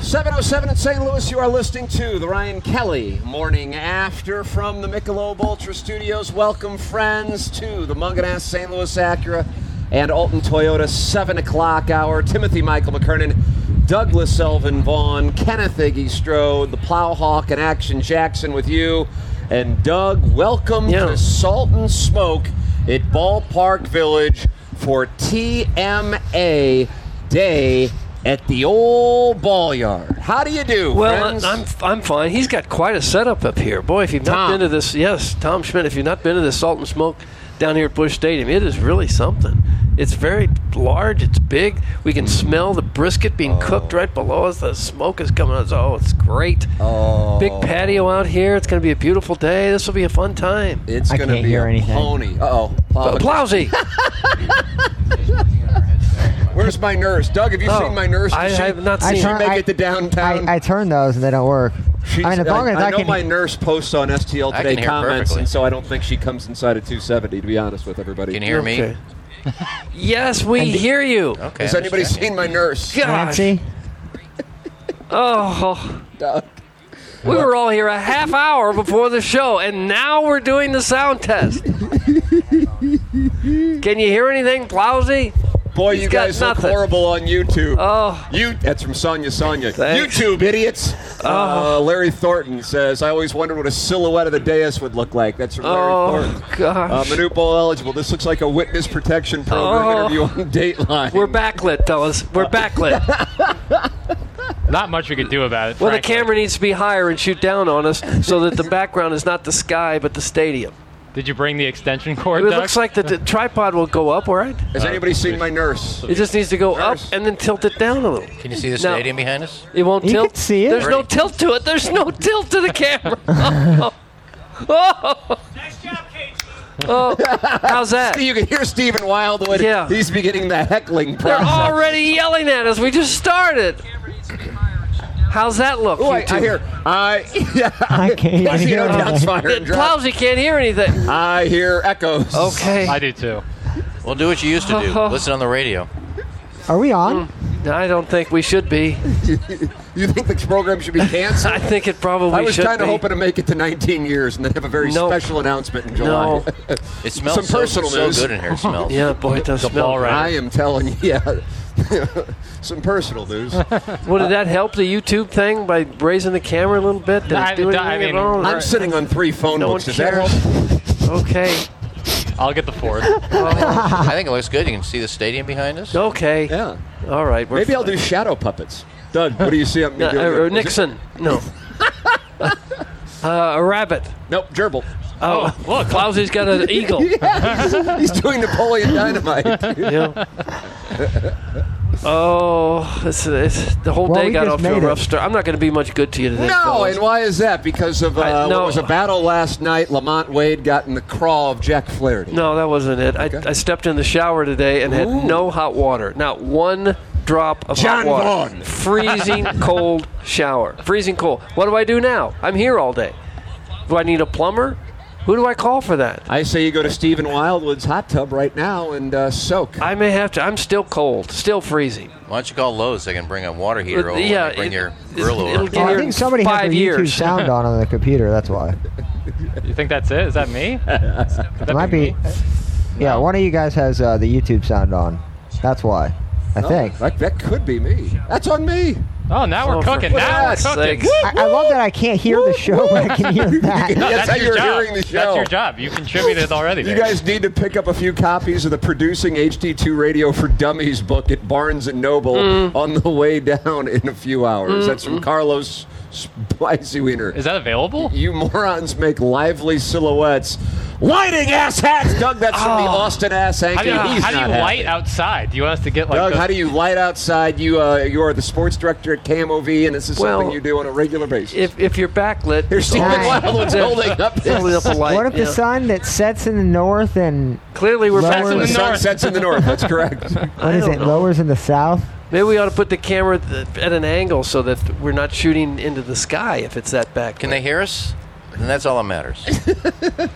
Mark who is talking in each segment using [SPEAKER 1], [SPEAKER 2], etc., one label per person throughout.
[SPEAKER 1] 707 in St. Louis, you are listening to the Ryan Kelly Morning After from the Michelob Ultra Studios. Welcome, friends, to the Munganass St. Louis Acura and Alton Toyota 7 o'clock hour. Timothy Michael McKernan, Douglas Elvin Vaughn, Kenneth Iggy Strode, the Plowhawk, and Action Jackson with you. And Doug, welcome to Salt and Smoke at Ballpark Village for TMA Day at the old ball yard. How do you do?
[SPEAKER 2] Well,
[SPEAKER 1] friends?
[SPEAKER 2] I'm I'm fine. He's got quite a setup up here, boy. If you've not
[SPEAKER 1] Tom.
[SPEAKER 2] been to this, yes, Tom Schmidt. If you've not been to this Salt and Smoke down here at Bush Stadium, it is really something. It's very large. It's big. We can smell the brisket being
[SPEAKER 1] Oh.
[SPEAKER 2] cooked right below us. The smoke is coming out. Oh, it's great. Oh. Big patio out here. It's going to be a beautiful day. This will be a fun time.
[SPEAKER 1] It's
[SPEAKER 3] I
[SPEAKER 1] going to
[SPEAKER 3] can't
[SPEAKER 1] be
[SPEAKER 3] hear
[SPEAKER 1] a
[SPEAKER 3] anything.
[SPEAKER 1] pony. Uh-oh.
[SPEAKER 2] Uh,
[SPEAKER 1] Plow-
[SPEAKER 2] Plowsy.
[SPEAKER 1] Where's my nurse? Doug, have you
[SPEAKER 2] Oh,
[SPEAKER 1] seen my nurse?
[SPEAKER 2] I
[SPEAKER 1] Did she-
[SPEAKER 2] have not
[SPEAKER 1] did
[SPEAKER 2] seen
[SPEAKER 1] she
[SPEAKER 2] her.
[SPEAKER 1] make it to downtown?
[SPEAKER 3] I, I turn those and they don't work.
[SPEAKER 1] She's-
[SPEAKER 3] I mean, as long as I,
[SPEAKER 1] know
[SPEAKER 3] can.
[SPEAKER 1] my nurse posts on STL
[SPEAKER 4] I
[SPEAKER 1] today
[SPEAKER 4] can hear
[SPEAKER 1] comments,
[SPEAKER 4] perfectly.
[SPEAKER 1] and so I don't think she comes inside of 270. To be honest with everybody,
[SPEAKER 4] Can you hear me?
[SPEAKER 2] Okay. yes, we hear you.
[SPEAKER 4] Okay.
[SPEAKER 1] Has anybody seen my nurse?
[SPEAKER 2] Gosh.
[SPEAKER 3] Nancy,
[SPEAKER 2] Oh,
[SPEAKER 1] Doug.
[SPEAKER 2] we were all here a half hour before the show, and now we're doing the sound test. Can you hear anything, Plowsy?
[SPEAKER 1] Boy,
[SPEAKER 2] He's
[SPEAKER 1] you
[SPEAKER 2] got
[SPEAKER 1] guys look
[SPEAKER 2] nothing.
[SPEAKER 1] horrible on YouTube.
[SPEAKER 2] Oh.
[SPEAKER 1] you that's from Sonya Sonya.
[SPEAKER 2] Thanks. Oh.
[SPEAKER 1] YouTube idiots. Uh, Larry Thornton says, "I always wondered what a silhouette of the dais would look like." That's from Larry
[SPEAKER 2] Oh
[SPEAKER 1] Thornton. Uh,
[SPEAKER 2] gosh,
[SPEAKER 1] Manute Ball eligible. This looks like a witness protection program
[SPEAKER 2] Oh.
[SPEAKER 1] interview on Dateline.
[SPEAKER 2] we're backlit, fellas. We're backlit.
[SPEAKER 5] Not much we could do about it.
[SPEAKER 2] Well, the
[SPEAKER 5] frankly.
[SPEAKER 2] camera needs to be higher and shoot down on us so that the background is not the sky but the stadium.
[SPEAKER 5] Did you bring the extension cord?
[SPEAKER 2] It
[SPEAKER 5] Doug?
[SPEAKER 2] looks like the, the tripod will go up, all right?
[SPEAKER 1] Has anybody seen my nurse?
[SPEAKER 2] It just needs to go up and then tilt it down a little.
[SPEAKER 4] Can you see the
[SPEAKER 2] No.
[SPEAKER 4] stadium behind us?
[SPEAKER 2] It won't
[SPEAKER 3] You
[SPEAKER 2] tilt.
[SPEAKER 3] can see it.
[SPEAKER 2] There's no tilt to it. There's no tilt to the camera. Oh. Oh. Oh. How's that?
[SPEAKER 1] You can hear Stephen Wildwood.
[SPEAKER 2] Yeah.
[SPEAKER 1] He's beginning the heckling
[SPEAKER 2] They're
[SPEAKER 1] process.
[SPEAKER 2] already yelling at us. We just started. How's that look?
[SPEAKER 1] Oh, I,
[SPEAKER 2] you two?
[SPEAKER 1] I hear. I yeah.
[SPEAKER 3] I can't
[SPEAKER 1] I see
[SPEAKER 3] hear
[SPEAKER 1] no
[SPEAKER 3] anything.
[SPEAKER 1] fire
[SPEAKER 2] The
[SPEAKER 1] and drop.
[SPEAKER 2] Plowsy can't hear anything.
[SPEAKER 1] I hear echoes.
[SPEAKER 2] Okay.
[SPEAKER 5] I
[SPEAKER 2] I,
[SPEAKER 5] do too.
[SPEAKER 4] Well, do what you used to do. Listen on the radio.
[SPEAKER 3] Are we
[SPEAKER 2] Mm.
[SPEAKER 3] on?
[SPEAKER 2] don't think we should be.
[SPEAKER 1] You think the program should be canceled?
[SPEAKER 2] I think it probably
[SPEAKER 1] I was
[SPEAKER 2] should
[SPEAKER 1] kind
[SPEAKER 2] be.
[SPEAKER 1] of hoping to make it to 19 years and then have a very
[SPEAKER 2] No.
[SPEAKER 1] special announcement in July.
[SPEAKER 2] no.
[SPEAKER 4] It smells
[SPEAKER 1] Some
[SPEAKER 4] so,
[SPEAKER 1] personal
[SPEAKER 4] so
[SPEAKER 1] news.
[SPEAKER 4] good in here. It smells.
[SPEAKER 2] Yeah, boy, it does smell
[SPEAKER 5] ball
[SPEAKER 2] right.
[SPEAKER 1] I am telling you, yeah. Some personal news.
[SPEAKER 2] Well, did that help the YouTube thing by raising the camera a little bit? Did
[SPEAKER 5] I-
[SPEAKER 2] it do anything
[SPEAKER 5] I mean,
[SPEAKER 2] at all?
[SPEAKER 1] I'm sitting on three phone
[SPEAKER 2] No
[SPEAKER 1] books.
[SPEAKER 2] one
[SPEAKER 1] Does that
[SPEAKER 2] cares.
[SPEAKER 1] help?
[SPEAKER 2] okay.
[SPEAKER 5] I'll get the fourth.
[SPEAKER 4] I think it looks good. You can see the stadium behind us.
[SPEAKER 2] Okay.
[SPEAKER 1] Yeah.
[SPEAKER 2] All right. We're
[SPEAKER 1] Maybe I'll do shadow puppets. Doug, what do you see? I'm
[SPEAKER 2] Uh,
[SPEAKER 1] doing?
[SPEAKER 2] or
[SPEAKER 1] Is it-
[SPEAKER 2] Nixon. No. uh, a rabbit.
[SPEAKER 1] Nope, gerbil.
[SPEAKER 2] Oh, look. Clousy's got an eagle.
[SPEAKER 1] He's doing Napoleon Dynamite.
[SPEAKER 2] Yeah. Oh, it's, it's, the whole
[SPEAKER 3] Well,
[SPEAKER 2] day
[SPEAKER 3] we
[SPEAKER 2] got
[SPEAKER 3] just
[SPEAKER 2] off to a
[SPEAKER 3] made
[SPEAKER 2] rough
[SPEAKER 3] it.
[SPEAKER 2] start. I'm not going to be much good to you today.
[SPEAKER 1] No,
[SPEAKER 2] fellas.
[SPEAKER 1] and why is that? Because of uh,
[SPEAKER 2] I-
[SPEAKER 1] what
[SPEAKER 2] no.
[SPEAKER 1] was a battle last night. Lamont Wade got in the crawl of Jack Flaherty.
[SPEAKER 2] No, that wasn't it. I, I stepped in the shower today and had no hot water. Not one drop of
[SPEAKER 1] John
[SPEAKER 2] hot water.
[SPEAKER 1] Vaughn.
[SPEAKER 2] Freezing cold shower. Freezing cold. What do I do now? I'm here all day. Do I need a plumber? Who do I call for that?
[SPEAKER 1] I say you go to Stephen Wildwood's hot tub right now and uh, soak.
[SPEAKER 2] I may have to. I'm still cold. Still freezing.
[SPEAKER 4] Why don't you call Lowe's? They can bring a water heater over.
[SPEAKER 2] Uh, yeah,
[SPEAKER 4] and bring
[SPEAKER 2] it-
[SPEAKER 4] your
[SPEAKER 2] it's-
[SPEAKER 4] grill
[SPEAKER 2] it'll
[SPEAKER 4] over.
[SPEAKER 2] get-
[SPEAKER 3] Well, I
[SPEAKER 2] Here,
[SPEAKER 3] think somebody has
[SPEAKER 2] five
[SPEAKER 3] their YouTube
[SPEAKER 2] years.
[SPEAKER 3] sound on on the computer. That's why.
[SPEAKER 5] You think that's it? Is that me? Could that
[SPEAKER 3] It might be.
[SPEAKER 5] me?
[SPEAKER 3] Yeah, one of you guys has uh,
[SPEAKER 1] Oh,
[SPEAKER 3] the YouTube sound on. That's why. I think.
[SPEAKER 1] That, that could be me. That's on me.
[SPEAKER 5] Oh, now we're
[SPEAKER 2] Oh, for
[SPEAKER 5] cooking. Now we're
[SPEAKER 2] God's
[SPEAKER 5] cooking.
[SPEAKER 2] sakes.
[SPEAKER 3] I, I love that I can't hear the show, but I can hear that.
[SPEAKER 1] That's, how
[SPEAKER 5] your
[SPEAKER 1] you're
[SPEAKER 5] job.
[SPEAKER 1] hearing the show.
[SPEAKER 5] That's your job. You contributed already.
[SPEAKER 1] You
[SPEAKER 5] there.
[SPEAKER 1] guys need to pick up a few copies of the Producing HD2 Radio for Dummies book at Barnes and Noble on the way down in a few hours. That's from Carlos Spicywiener.
[SPEAKER 5] Is that available?
[SPEAKER 1] You morons make lively silhouettes. Lighting ass hats, Doug. That's from the Austin ass
[SPEAKER 5] Oh. How do
[SPEAKER 1] anchor.
[SPEAKER 5] you,
[SPEAKER 1] He's
[SPEAKER 5] how do you
[SPEAKER 1] not
[SPEAKER 5] light
[SPEAKER 1] happy.
[SPEAKER 5] outside? Do you want us to get like?
[SPEAKER 1] Doug,
[SPEAKER 5] the-
[SPEAKER 1] how do you light outside? You uh, you are the sports director at KMOV, and this is
[SPEAKER 2] Well,
[SPEAKER 1] something you do on a regular basis.
[SPEAKER 2] If, if you're backlit,
[SPEAKER 1] Here's Stephen
[SPEAKER 2] it's all-
[SPEAKER 1] Wildwood's holding up
[SPEAKER 2] It's holding up a light.
[SPEAKER 3] What if
[SPEAKER 2] yeah.
[SPEAKER 3] the sun that sets in the north and
[SPEAKER 2] Clearly, we're
[SPEAKER 3] Sets in
[SPEAKER 2] backlit.
[SPEAKER 1] the
[SPEAKER 5] the
[SPEAKER 1] sun
[SPEAKER 5] north.
[SPEAKER 1] sets in the north. That's correct.
[SPEAKER 3] what is
[SPEAKER 2] don't
[SPEAKER 3] it
[SPEAKER 2] know.
[SPEAKER 3] lowers in the south?
[SPEAKER 2] Maybe we ought to put the camera th- at an angle so that we're not shooting into the sky if it's that back.
[SPEAKER 4] Can they hear us? And that's all that matters.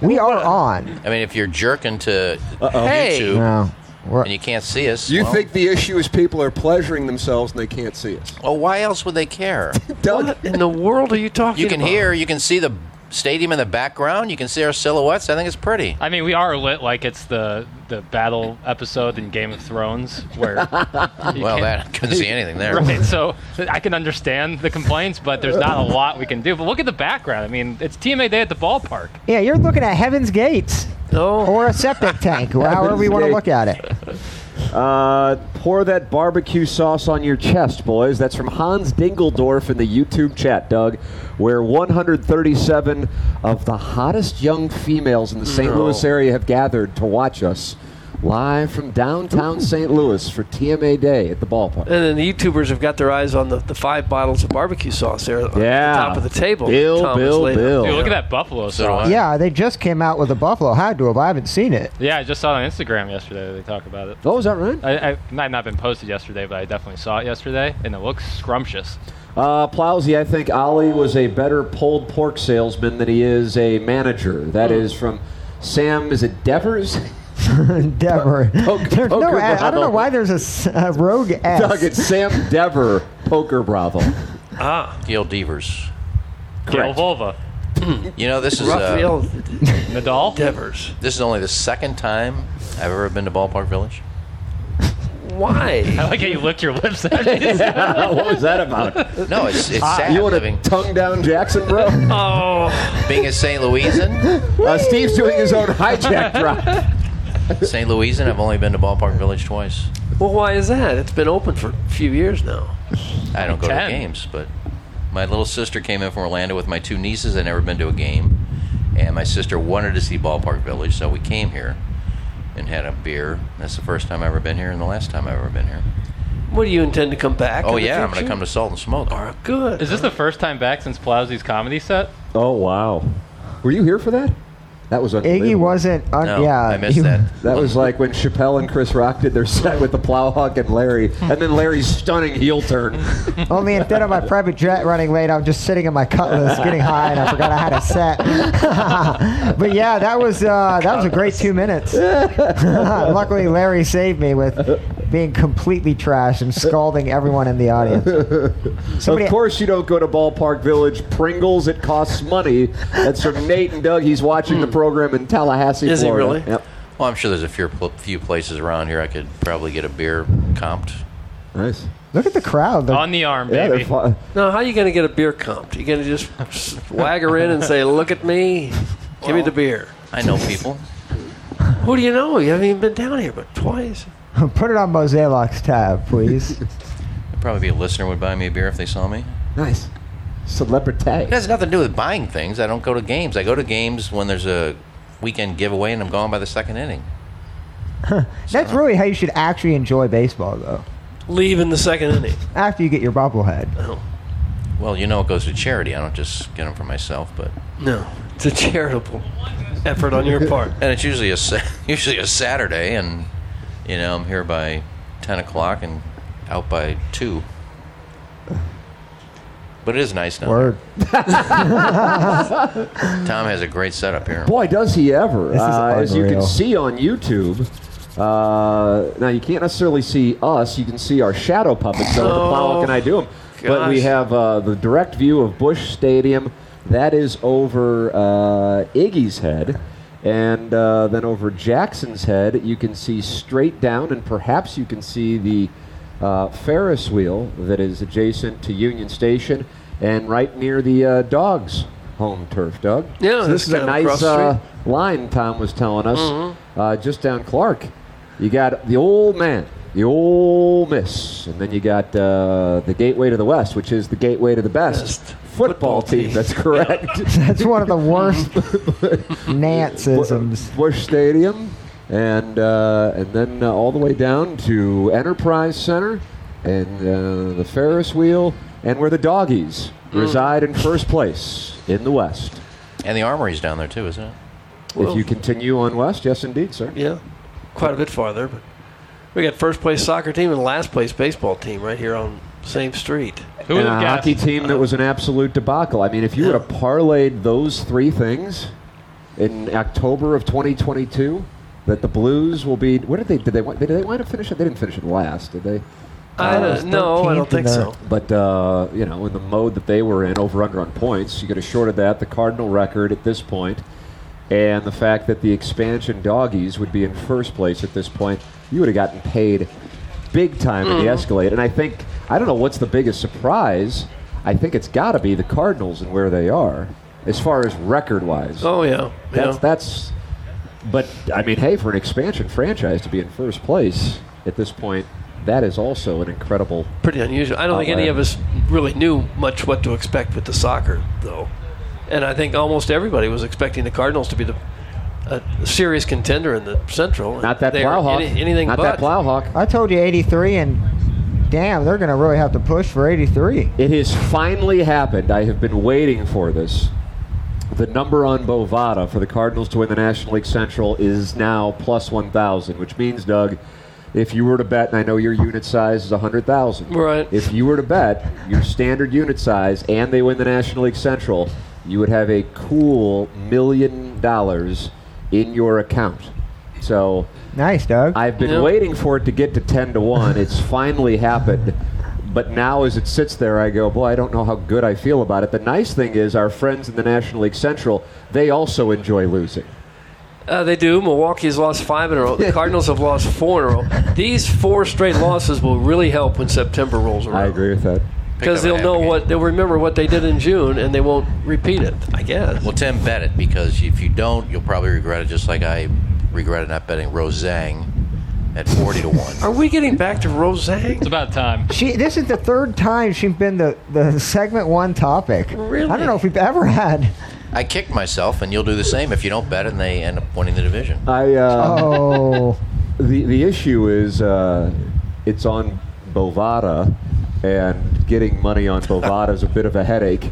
[SPEAKER 3] We are on.
[SPEAKER 4] I mean, if you're jerking to
[SPEAKER 2] Uh, Hey.
[SPEAKER 4] YouTube
[SPEAKER 3] No, we're,
[SPEAKER 4] and you can't see us,
[SPEAKER 1] You
[SPEAKER 4] well,
[SPEAKER 1] think the issue is people are pleasuring themselves and they can't see us?
[SPEAKER 4] Well, oh, why else would they care?
[SPEAKER 1] Doug,
[SPEAKER 2] What in the world are you talking?
[SPEAKER 4] You can
[SPEAKER 2] about?
[SPEAKER 4] hear, you can see the stadium in the background, you can see our silhouettes. I think it's pretty.
[SPEAKER 5] I mean, we are lit like it's the the battle episode in Game of Thrones where. you
[SPEAKER 4] Well,
[SPEAKER 5] can't-
[SPEAKER 4] that I couldn't see anything there.
[SPEAKER 5] Right, so I can understand the complaints, but there's not a lot we can do. But look at the background. I mean, it's TMA Day at the ballpark.
[SPEAKER 3] yeah, you're looking at Heaven's Gates
[SPEAKER 2] No.
[SPEAKER 3] or a septic tank, however we want to
[SPEAKER 1] Gate.
[SPEAKER 3] look at it.
[SPEAKER 1] Uh, pour that barbecue sauce on your chest, boys. That's from Hans Dingeldorf in the YouTube chat, Doug, where 137 of the hottest young females in the St. Louis area have gathered to watch us live from downtown St. Louis for TMA Day at the ballpark.
[SPEAKER 2] And then the YouTubers have got their eyes on the, the five bottles of barbecue sauce there on
[SPEAKER 1] Yeah.
[SPEAKER 2] the top of the table.
[SPEAKER 1] Bill,
[SPEAKER 2] Thomas
[SPEAKER 1] Bill,
[SPEAKER 2] laid out.
[SPEAKER 1] Bill.
[SPEAKER 5] Dude, look at that buffalo
[SPEAKER 4] So
[SPEAKER 5] sauce.
[SPEAKER 4] do I.
[SPEAKER 3] Yeah, they just came out with a buffalo hot dog. I haven't seen it.
[SPEAKER 5] Yeah, I just saw it on Instagram yesterday. They talk about it.
[SPEAKER 1] Oh, is that right?
[SPEAKER 5] I, I it might not have been posted yesterday, but I definitely saw it yesterday, and it looks scrumptious.
[SPEAKER 1] Uh, Plowsy, I think Ollie was a better pulled pork salesman than he is a manager. That is from Sam, is it Devers?
[SPEAKER 3] Endeavor.
[SPEAKER 1] Poke-
[SPEAKER 3] There's no
[SPEAKER 1] poker
[SPEAKER 3] ad- I don't know
[SPEAKER 1] bottle.
[SPEAKER 3] why there's a s- a rogue S.
[SPEAKER 1] Doug, it's Sam Dever Poker Brothel.
[SPEAKER 4] Gil Devers.
[SPEAKER 5] Gil
[SPEAKER 1] Correct.
[SPEAKER 5] Volva.
[SPEAKER 4] You know, this is uh,
[SPEAKER 2] Raphael
[SPEAKER 5] Nadal?
[SPEAKER 2] Devers.
[SPEAKER 4] this is only the second time I've ever been to Ballpark Village.
[SPEAKER 2] Why?
[SPEAKER 5] I like how you licked your lips. After
[SPEAKER 1] what was that about?
[SPEAKER 4] No, it's it's sad
[SPEAKER 1] You want
[SPEAKER 4] living
[SPEAKER 1] a tongue down Jackson, bro? Oh.
[SPEAKER 4] being a St. Louisan.
[SPEAKER 1] Uh, Steve's doing his own hijack drop.
[SPEAKER 4] St. Louisan, I've only been to Ballpark Village twice.
[SPEAKER 2] Well, why is that? It's been open for a few years now.
[SPEAKER 4] I don't go
[SPEAKER 5] Ten.
[SPEAKER 4] to games, but my little sister came in from Orlando with my two nieces. I'd never been to a game, and my sister wanted to see Ballpark Village, so we came here and had a beer. That's the first time I've ever been here, and the last time I've ever been here.
[SPEAKER 2] What do you intend to come back?
[SPEAKER 4] Oh
[SPEAKER 2] in the
[SPEAKER 4] yeah, I'm
[SPEAKER 2] future?
[SPEAKER 4] gonna come to Salt and Smoke.
[SPEAKER 2] All right, good.
[SPEAKER 5] Is this the first time back since Plowsy's comedy set?
[SPEAKER 1] Oh, wow. Were you here for that? That was unbelievable.
[SPEAKER 3] Iggy wasn't. Un-
[SPEAKER 4] No,
[SPEAKER 3] yeah,
[SPEAKER 4] I missed
[SPEAKER 3] he-
[SPEAKER 4] that.
[SPEAKER 1] That was like when Chappelle and Chris Rock did their set with the Plowhawk and Larry, and then Larry's stunning heel turn.
[SPEAKER 3] Only instead of my private jet running late, I'm just sitting in my Cutlass getting high, and I forgot I had a set. but yeah, that was uh, that was a great two minutes. Luckily, Larry saved me with being completely trashed and scalding everyone in the audience. Somebody,
[SPEAKER 1] Of course, you don't go to Ballpark Village Pringles. It costs money. That's from Nate and Doug. He's watching the program in Tallahassee,
[SPEAKER 2] Hmm. Is he
[SPEAKER 1] Florida.
[SPEAKER 2] really?
[SPEAKER 1] Yep.
[SPEAKER 4] Well, I'm sure there's a few pl- few places around here I could probably get a beer comped.
[SPEAKER 1] Nice.
[SPEAKER 3] look at the crowd. The-
[SPEAKER 5] On the arm,
[SPEAKER 1] Yeah,
[SPEAKER 5] baby.
[SPEAKER 1] they're fun.
[SPEAKER 2] Now, how are you going to get a beer comped? You going to just s- wag her in and say, "Look at me, give me the beer."
[SPEAKER 4] I know people.
[SPEAKER 2] Who do you know? You haven't even been down here but twice.
[SPEAKER 3] put it on Moselock's tab, please.
[SPEAKER 4] Probably be a listener would buy me a beer if they saw me.
[SPEAKER 1] Nice. Celebrity.
[SPEAKER 4] It has nothing to do with buying things. I don't go to games. I go to games when there's a weekend giveaway and I'm gone by the second inning.
[SPEAKER 3] That's really how you should actually enjoy baseball, though.
[SPEAKER 2] Leave in the second inning.
[SPEAKER 3] After you get your bobblehead.
[SPEAKER 4] Well, you know it goes to charity. I don't just get them for myself, but
[SPEAKER 2] No, it's a charitable effort on your part.
[SPEAKER 4] and it's usually a sa- usually a Saturday, and you know I'm here by ten o'clock and out by two. But it is nice now.
[SPEAKER 3] Word.
[SPEAKER 4] Tom has a great setup here.
[SPEAKER 1] Boy, does he ever.
[SPEAKER 3] This is
[SPEAKER 1] Uh, as you can
[SPEAKER 3] unreal.
[SPEAKER 1] see on YouTube. Uh, now you can't necessarily see us. You can see our shadow puppets. Though, the
[SPEAKER 3] Oh,
[SPEAKER 1] Plowhawk and I do them. But we
[SPEAKER 2] gosh.
[SPEAKER 1] have uh, the direct view of Bush Stadium. That is over uh, Iggy's head, and uh, then over Jackson's head. You can see straight down, and perhaps you can see the uh, Ferris wheel that is adjacent to Union Station and right near the uh, dogs' home turf, Doug.
[SPEAKER 2] Yeah,
[SPEAKER 1] So this
[SPEAKER 2] it's
[SPEAKER 1] is a
[SPEAKER 2] kind of
[SPEAKER 1] nice
[SPEAKER 2] across
[SPEAKER 1] uh,
[SPEAKER 2] the
[SPEAKER 1] line. Tom was telling us uh, just down Clark. You got the old man, the old miss, and then you got uh, the gateway to the west, which is the gateway to the best,
[SPEAKER 2] Best
[SPEAKER 1] football,
[SPEAKER 2] football
[SPEAKER 1] team.
[SPEAKER 2] team.
[SPEAKER 1] That's correct.
[SPEAKER 3] That's one of the worst Nancisms.
[SPEAKER 1] Bush Stadium, and uh, and then uh, all the way down to Enterprise Center, and uh, the Ferris wheel, and where the doggies reside in first place in the West.
[SPEAKER 4] And the armory's down there too, isn't it?
[SPEAKER 1] if you continue on West, yes, indeed, sir.
[SPEAKER 2] Yeah, quite a bit farther. But we got first place soccer team and last place baseball team right here on the same street.
[SPEAKER 5] Who would
[SPEAKER 1] And a
[SPEAKER 5] have guessed?
[SPEAKER 1] Uh, hockey team that was an absolute debacle. I mean, if you would have parlayed those three things in October of 2022, that the Blues will be. What did they? Did they? wi- Did they wind up finishing? They didn't finish it last, did they?
[SPEAKER 2] I don't, no, I
[SPEAKER 3] 13th
[SPEAKER 2] don't think
[SPEAKER 3] in the-
[SPEAKER 2] so.
[SPEAKER 1] But uh, you know, in the mode that they were in, over under on points, you could have shorted that the Cardinal record at this point, and the fact that the expansion doggies would be in first place at this point, you would have gotten paid big time
[SPEAKER 2] Mm.
[SPEAKER 1] in the Escalade. And I think I don't know what's the biggest surprise. I think it's got to be the Cardinals and where they are as far as record wise.
[SPEAKER 2] Oh yeah,
[SPEAKER 1] that's
[SPEAKER 2] yeah.
[SPEAKER 1] that's. But I mean, hey, for an expansion franchise to be in first place at this point, that is also an incredible
[SPEAKER 2] pretty unusual. I don't think any
[SPEAKER 1] Outlier.
[SPEAKER 2] of us really knew much what to expect with the soccer, though. And I think almost everybody was expecting the Cardinals to be the a serious contender in the Central. and
[SPEAKER 1] Not that
[SPEAKER 2] they were
[SPEAKER 1] plowhawk.
[SPEAKER 2] any- anything
[SPEAKER 1] Not
[SPEAKER 2] but.
[SPEAKER 1] that plowhawk.
[SPEAKER 3] I told you 83, and damn, they're going to really have to push for 83.
[SPEAKER 1] It has finally happened. I have been waiting for this. The number on Bovada for the Cardinals to win the National League Central is now plus 1,000, which means, Doug, if you were to bet, and I know your unit size is 100,000.
[SPEAKER 2] Right.
[SPEAKER 1] If you were to bet your standard unit size and they win the National League Central, you would have a cool million dollars in your account. So
[SPEAKER 3] Nice, Doug.
[SPEAKER 1] I've been
[SPEAKER 2] Yeah.
[SPEAKER 1] waiting for it to get to 10 to 1. It's finally happened. But now, as it sits there, I go, boy, I don't know how good I feel about it. The nice thing is, our friends in the National League Central, they also enjoy losing.
[SPEAKER 2] Uh, they do. Milwaukee's lost five in a row. The Cardinals have lost four in a row. These four straight losses will really help when September rolls around.
[SPEAKER 1] I agree with that.
[SPEAKER 2] Because
[SPEAKER 4] Picked up
[SPEAKER 2] they'll
[SPEAKER 4] a
[SPEAKER 2] know
[SPEAKER 4] half a
[SPEAKER 2] what they'll remember what they did in June, and they won't repeat it. I guess.
[SPEAKER 4] Well, Tim, bet it because if you don't, you'll probably regret it. Just like I regretted not betting Rosang at forty to one.
[SPEAKER 2] Are we getting back to Roseanne?
[SPEAKER 5] It's about time.
[SPEAKER 3] she, this is the third time she's been the, the segment one topic.
[SPEAKER 2] Really?
[SPEAKER 3] I don't know if we've ever had.
[SPEAKER 4] I kicked myself, and you'll do the same if you don't bet, it and they end up winning the division.
[SPEAKER 1] I, uh,
[SPEAKER 3] Oh,
[SPEAKER 1] the, the issue is, uh, it's on Bovada, and getting money on Bovada is a bit of a headache.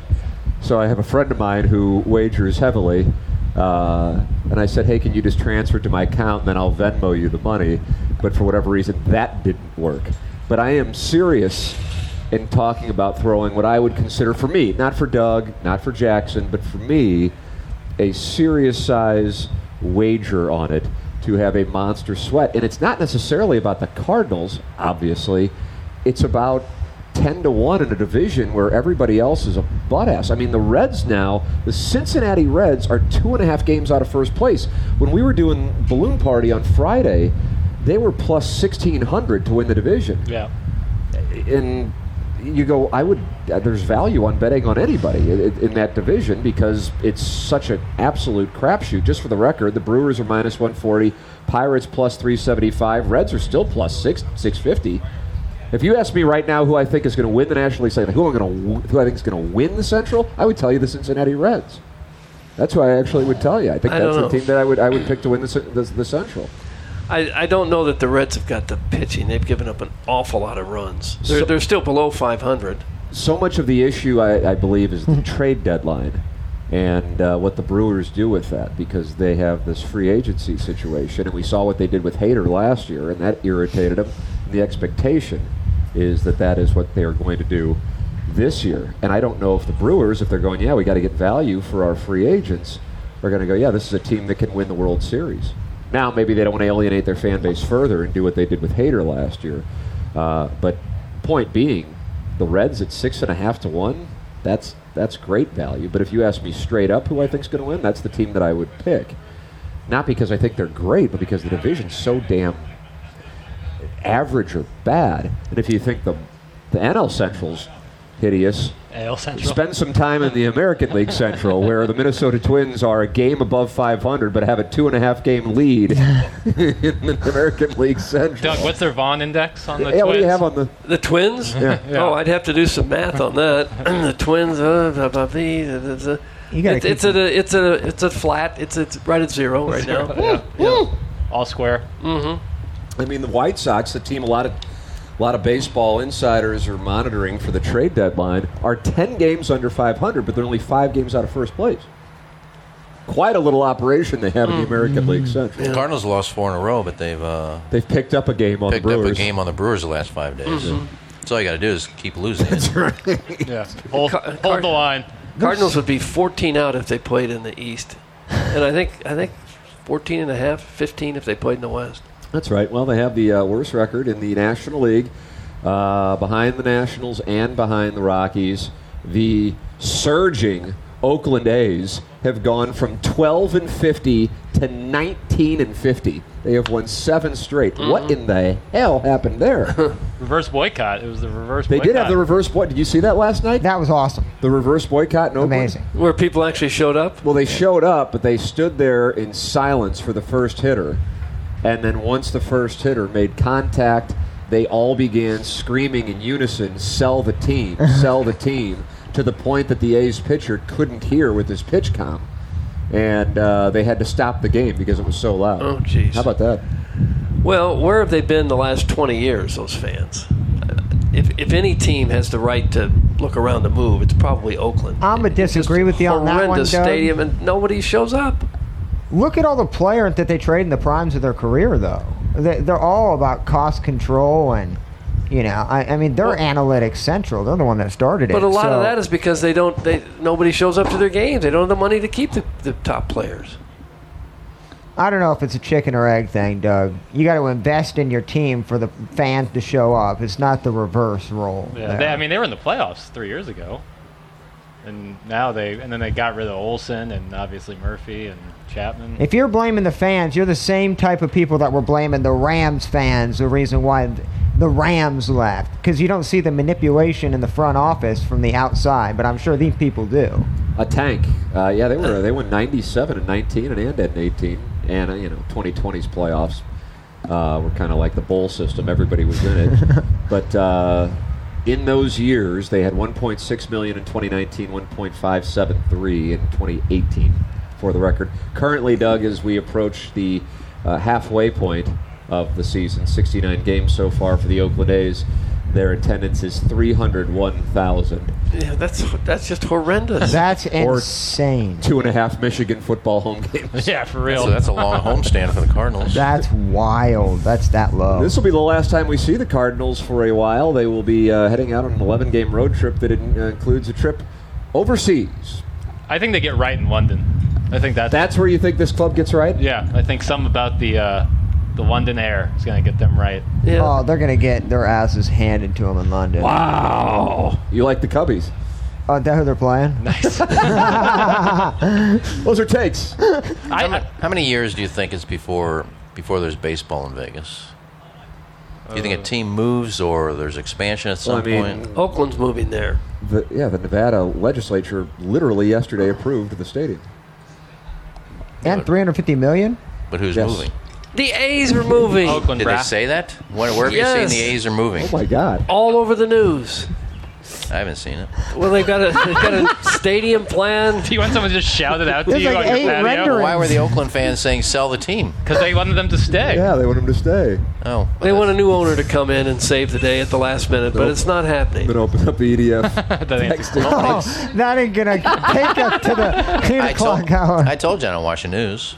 [SPEAKER 1] So I have a friend of mine who wagers heavily, uh, and I said, hey, can you just transfer it to my account, and then I'll Venmo you the money. But for whatever reason, that didn't work. But I am serious in talking about throwing what I would consider for me, not for Doug, not for Jackson, but for me, a serious size wager on it to have a monster sweat. And it's not necessarily about the Cardinals, obviously. It's about 10 to 1 in a division where everybody else is a butt ass. I mean, the Reds now, the Cincinnati Reds are two and a half games out of first place. When we were doing Balloon Party on Friday, they were plus 1,600 to win the division.
[SPEAKER 5] Yeah.
[SPEAKER 1] And you go, I would, uh, there's value on betting on anybody i- i- in that division because it's such an absolute crapshoot. Just for the record, the Brewers are minus 140, Pirates plus 375, Reds are still plus 6 650. If you ask me right now who I think is going to win the National League Central, who, I'm gonna, who I think is going to win the Central, I would tell you the Cincinnati Reds. That's who I actually would tell you. I think
[SPEAKER 2] I
[SPEAKER 1] that's the
[SPEAKER 2] don't know.
[SPEAKER 1] team that I would I would pick to win the, Cen- the, the Central.
[SPEAKER 2] I, I don't know that the Reds have got the pitching. They've given up an awful lot of runs. They're,
[SPEAKER 1] So-
[SPEAKER 2] they're still below 500.
[SPEAKER 1] so much of the issue, I, I believe, is the trade deadline and uh, what the Brewers do with that because they have this free agency situation, and we saw what they did with Hayter last year, and that irritated them. The expectation is that that is what they are going to do this year, and I don't know if the Brewers, if they're going, yeah, we got to get value for our free agents, are going to go, yeah, this is a team that can win the World Series. Now maybe they don't want to alienate their fan base further and do what they did with Hayter last year, uh, but point being, the Reds at six and a half to one, that's that's great value. But if you ask me straight up who I think's going to win, that's the team that I would pick. Not because I think they're great, but because the division's so damn average or bad, and if you think the the NL Central's hideous,
[SPEAKER 5] AL Central.
[SPEAKER 1] spend some time in the American League Central, where the Minnesota Twins are a game above 500 but have a two and a half game lead in the American League Central.
[SPEAKER 5] Doug, what's their Vaughn index on the
[SPEAKER 1] yeah,
[SPEAKER 5] Twins?
[SPEAKER 1] what do you have on the?
[SPEAKER 2] The Twins?
[SPEAKER 5] Yeah.
[SPEAKER 2] Oh, I'd have to do some math on that. the Twins. Uh, blah, blah, blah, blah, blah, blah.
[SPEAKER 3] You gotta
[SPEAKER 2] It's-
[SPEAKER 3] keep
[SPEAKER 2] it's at a it's a it's a flat. It's it's right at zero right now.
[SPEAKER 5] Yeah, yeah. All square.
[SPEAKER 1] I mean, the White Sox, the team a lot of a lot of baseball insiders are monitoring for the trade deadline, are 10 games under 500, but they're only five games out of first place. Quite a little operation they have in the American League Central.
[SPEAKER 4] The Cardinals lost four in a row, but they've uh,
[SPEAKER 1] They've picked up a game on
[SPEAKER 4] picked
[SPEAKER 1] the
[SPEAKER 4] up
[SPEAKER 1] Brewers. Mm-hmm.
[SPEAKER 4] a game on the Brewers the last five days. So all you got to do is keep losing.
[SPEAKER 5] Yeah. Hold,
[SPEAKER 2] Car-
[SPEAKER 5] hold the line.
[SPEAKER 2] Cardinals would be 14 out if they played in the East, and I think I think 14 and a half, 15 if they played in the West.
[SPEAKER 1] That's right. Well, they have the uh, worst record in the National League, uh, behind the Nationals and behind the Rockies. The surging Oakland A's have gone from 12 and 50 to 19 and 50. They have won seven straight. What in the hell happened there?
[SPEAKER 5] Reverse boycott. It was the reverse
[SPEAKER 1] they
[SPEAKER 5] boycott.
[SPEAKER 1] did have the reverse boycott. Did you see that last night?
[SPEAKER 3] That was awesome.
[SPEAKER 1] The reverse boycott in Oakland?
[SPEAKER 3] Amazing.
[SPEAKER 2] Where people actually showed up.
[SPEAKER 1] Well, they showed up, but they stood there in silence for the first hitter. And then once the first hitter made contact, they all began screaming in unison, sell the team, sell the team, to the point that the A's pitcher couldn't hear with his pitch com. And uh, they had to stop the game because it was so loud.
[SPEAKER 2] Oh, jeez.
[SPEAKER 1] How about that?
[SPEAKER 2] Well, where have they been the last 20 years? Those fans. Uh, If, if any team has the right to look around to move, it's probably Oakland.
[SPEAKER 3] I'ma disagree with you on that one,
[SPEAKER 2] Horrendous
[SPEAKER 3] Doug.
[SPEAKER 2] stadium, and nobody shows up.
[SPEAKER 3] Look at all the players that they trade in the primes of their career, though. They- They're all about cost control and, you know, I, I mean, they're analytics central. They're the one that started it.
[SPEAKER 2] But a lot
[SPEAKER 3] so-
[SPEAKER 2] of that is because they don't. They nobody shows up to their games. They don't have the money to keep the, the top players.
[SPEAKER 3] I don't know if it's a chicken or egg thing, Doug. You got to invest in your team for the fans to show up. It's not the reverse role.
[SPEAKER 5] Yeah, they, I mean, they were in the playoffs three years ago, and now they and then they got rid of Olson and obviously Murphy and Chapman.
[SPEAKER 3] If you're blaming the fans, you're the same type of people that were blaming the Rams fans, the reason why th- the Rams left. Because you don't see the manipulation in the front office from the outside, but I'm sure these people do.
[SPEAKER 1] A tank. Uh, yeah, they were. They went 97 and 19 and ended in 18. And, uh, you know, 2020's playoffs uh, were kind of like the bowl system. Everybody was in it. but uh, in those years, they had 1.6 million in 2019, 1.573 in 2018, for the record. Currently, Doug, as we approach the uh, halfway point of the season, 69 games so far for the Oakland A's, their attendance is 301,000.
[SPEAKER 2] Yeah, that's that's just horrendous.
[SPEAKER 3] That's
[SPEAKER 1] Or-
[SPEAKER 3] insane.
[SPEAKER 1] Two and a half Michigan football home games.
[SPEAKER 5] yeah, for real.
[SPEAKER 4] so that's a long homestand for the Cardinals.
[SPEAKER 3] That's wild. That's that low.
[SPEAKER 1] This will be the last time we see the Cardinals for a while. They will be uh, heading out on an 11 game road trip that in- uh, includes a trip overseas.
[SPEAKER 5] I think they get right in London. I think that's,
[SPEAKER 1] That's where you think this club gets right?
[SPEAKER 5] yeah. I think some about the uh, the London air is going to get them right.
[SPEAKER 2] yeah.
[SPEAKER 3] oh, they're going to get their asses handed to them in London. Wow.
[SPEAKER 1] You like the Cubbies.
[SPEAKER 3] Oh, is that who they're playing?
[SPEAKER 5] Nice.
[SPEAKER 1] Those are takes.
[SPEAKER 5] I, I,
[SPEAKER 4] How many years do you think it's before before there's baseball in Vegas? Do you think a team moves or there's expansion at
[SPEAKER 1] Uh, Well,
[SPEAKER 4] some
[SPEAKER 1] I mean,
[SPEAKER 4] point?
[SPEAKER 2] Oakland's moving there.
[SPEAKER 1] the, yeah, the Nevada legislature literally yesterday approved the stadium.
[SPEAKER 3] And 350 million?
[SPEAKER 4] But who's
[SPEAKER 1] Yes.
[SPEAKER 4] moving?
[SPEAKER 2] The A's are moving
[SPEAKER 5] Oakland
[SPEAKER 4] Did they
[SPEAKER 5] Brass.
[SPEAKER 4] say that? Where, where have you
[SPEAKER 2] Yes.
[SPEAKER 4] seen the A's are moving?
[SPEAKER 1] Oh, my God.
[SPEAKER 2] all over the news.
[SPEAKER 4] I haven't seen it.
[SPEAKER 2] Well, they've got a they've got a stadium plan.
[SPEAKER 5] Do you want someone to just shout it out to
[SPEAKER 3] There's
[SPEAKER 5] you
[SPEAKER 3] like
[SPEAKER 5] on
[SPEAKER 3] eight
[SPEAKER 5] your patio?
[SPEAKER 3] renderings.
[SPEAKER 4] Why were the Oakland fans saying sell the team?
[SPEAKER 5] Because they wanted them to stay.
[SPEAKER 1] Yeah, they want them to stay.
[SPEAKER 4] Oh,
[SPEAKER 2] They want a new owner to come in and save the day at the last minute, but it's not happening.
[SPEAKER 1] Then open up E the EDF.
[SPEAKER 5] That ain't-
[SPEAKER 3] Oh, that ain't going to take up to the 8
[SPEAKER 4] I
[SPEAKER 3] o'clock
[SPEAKER 4] told,
[SPEAKER 3] hour.
[SPEAKER 4] I told you I don't watch the news.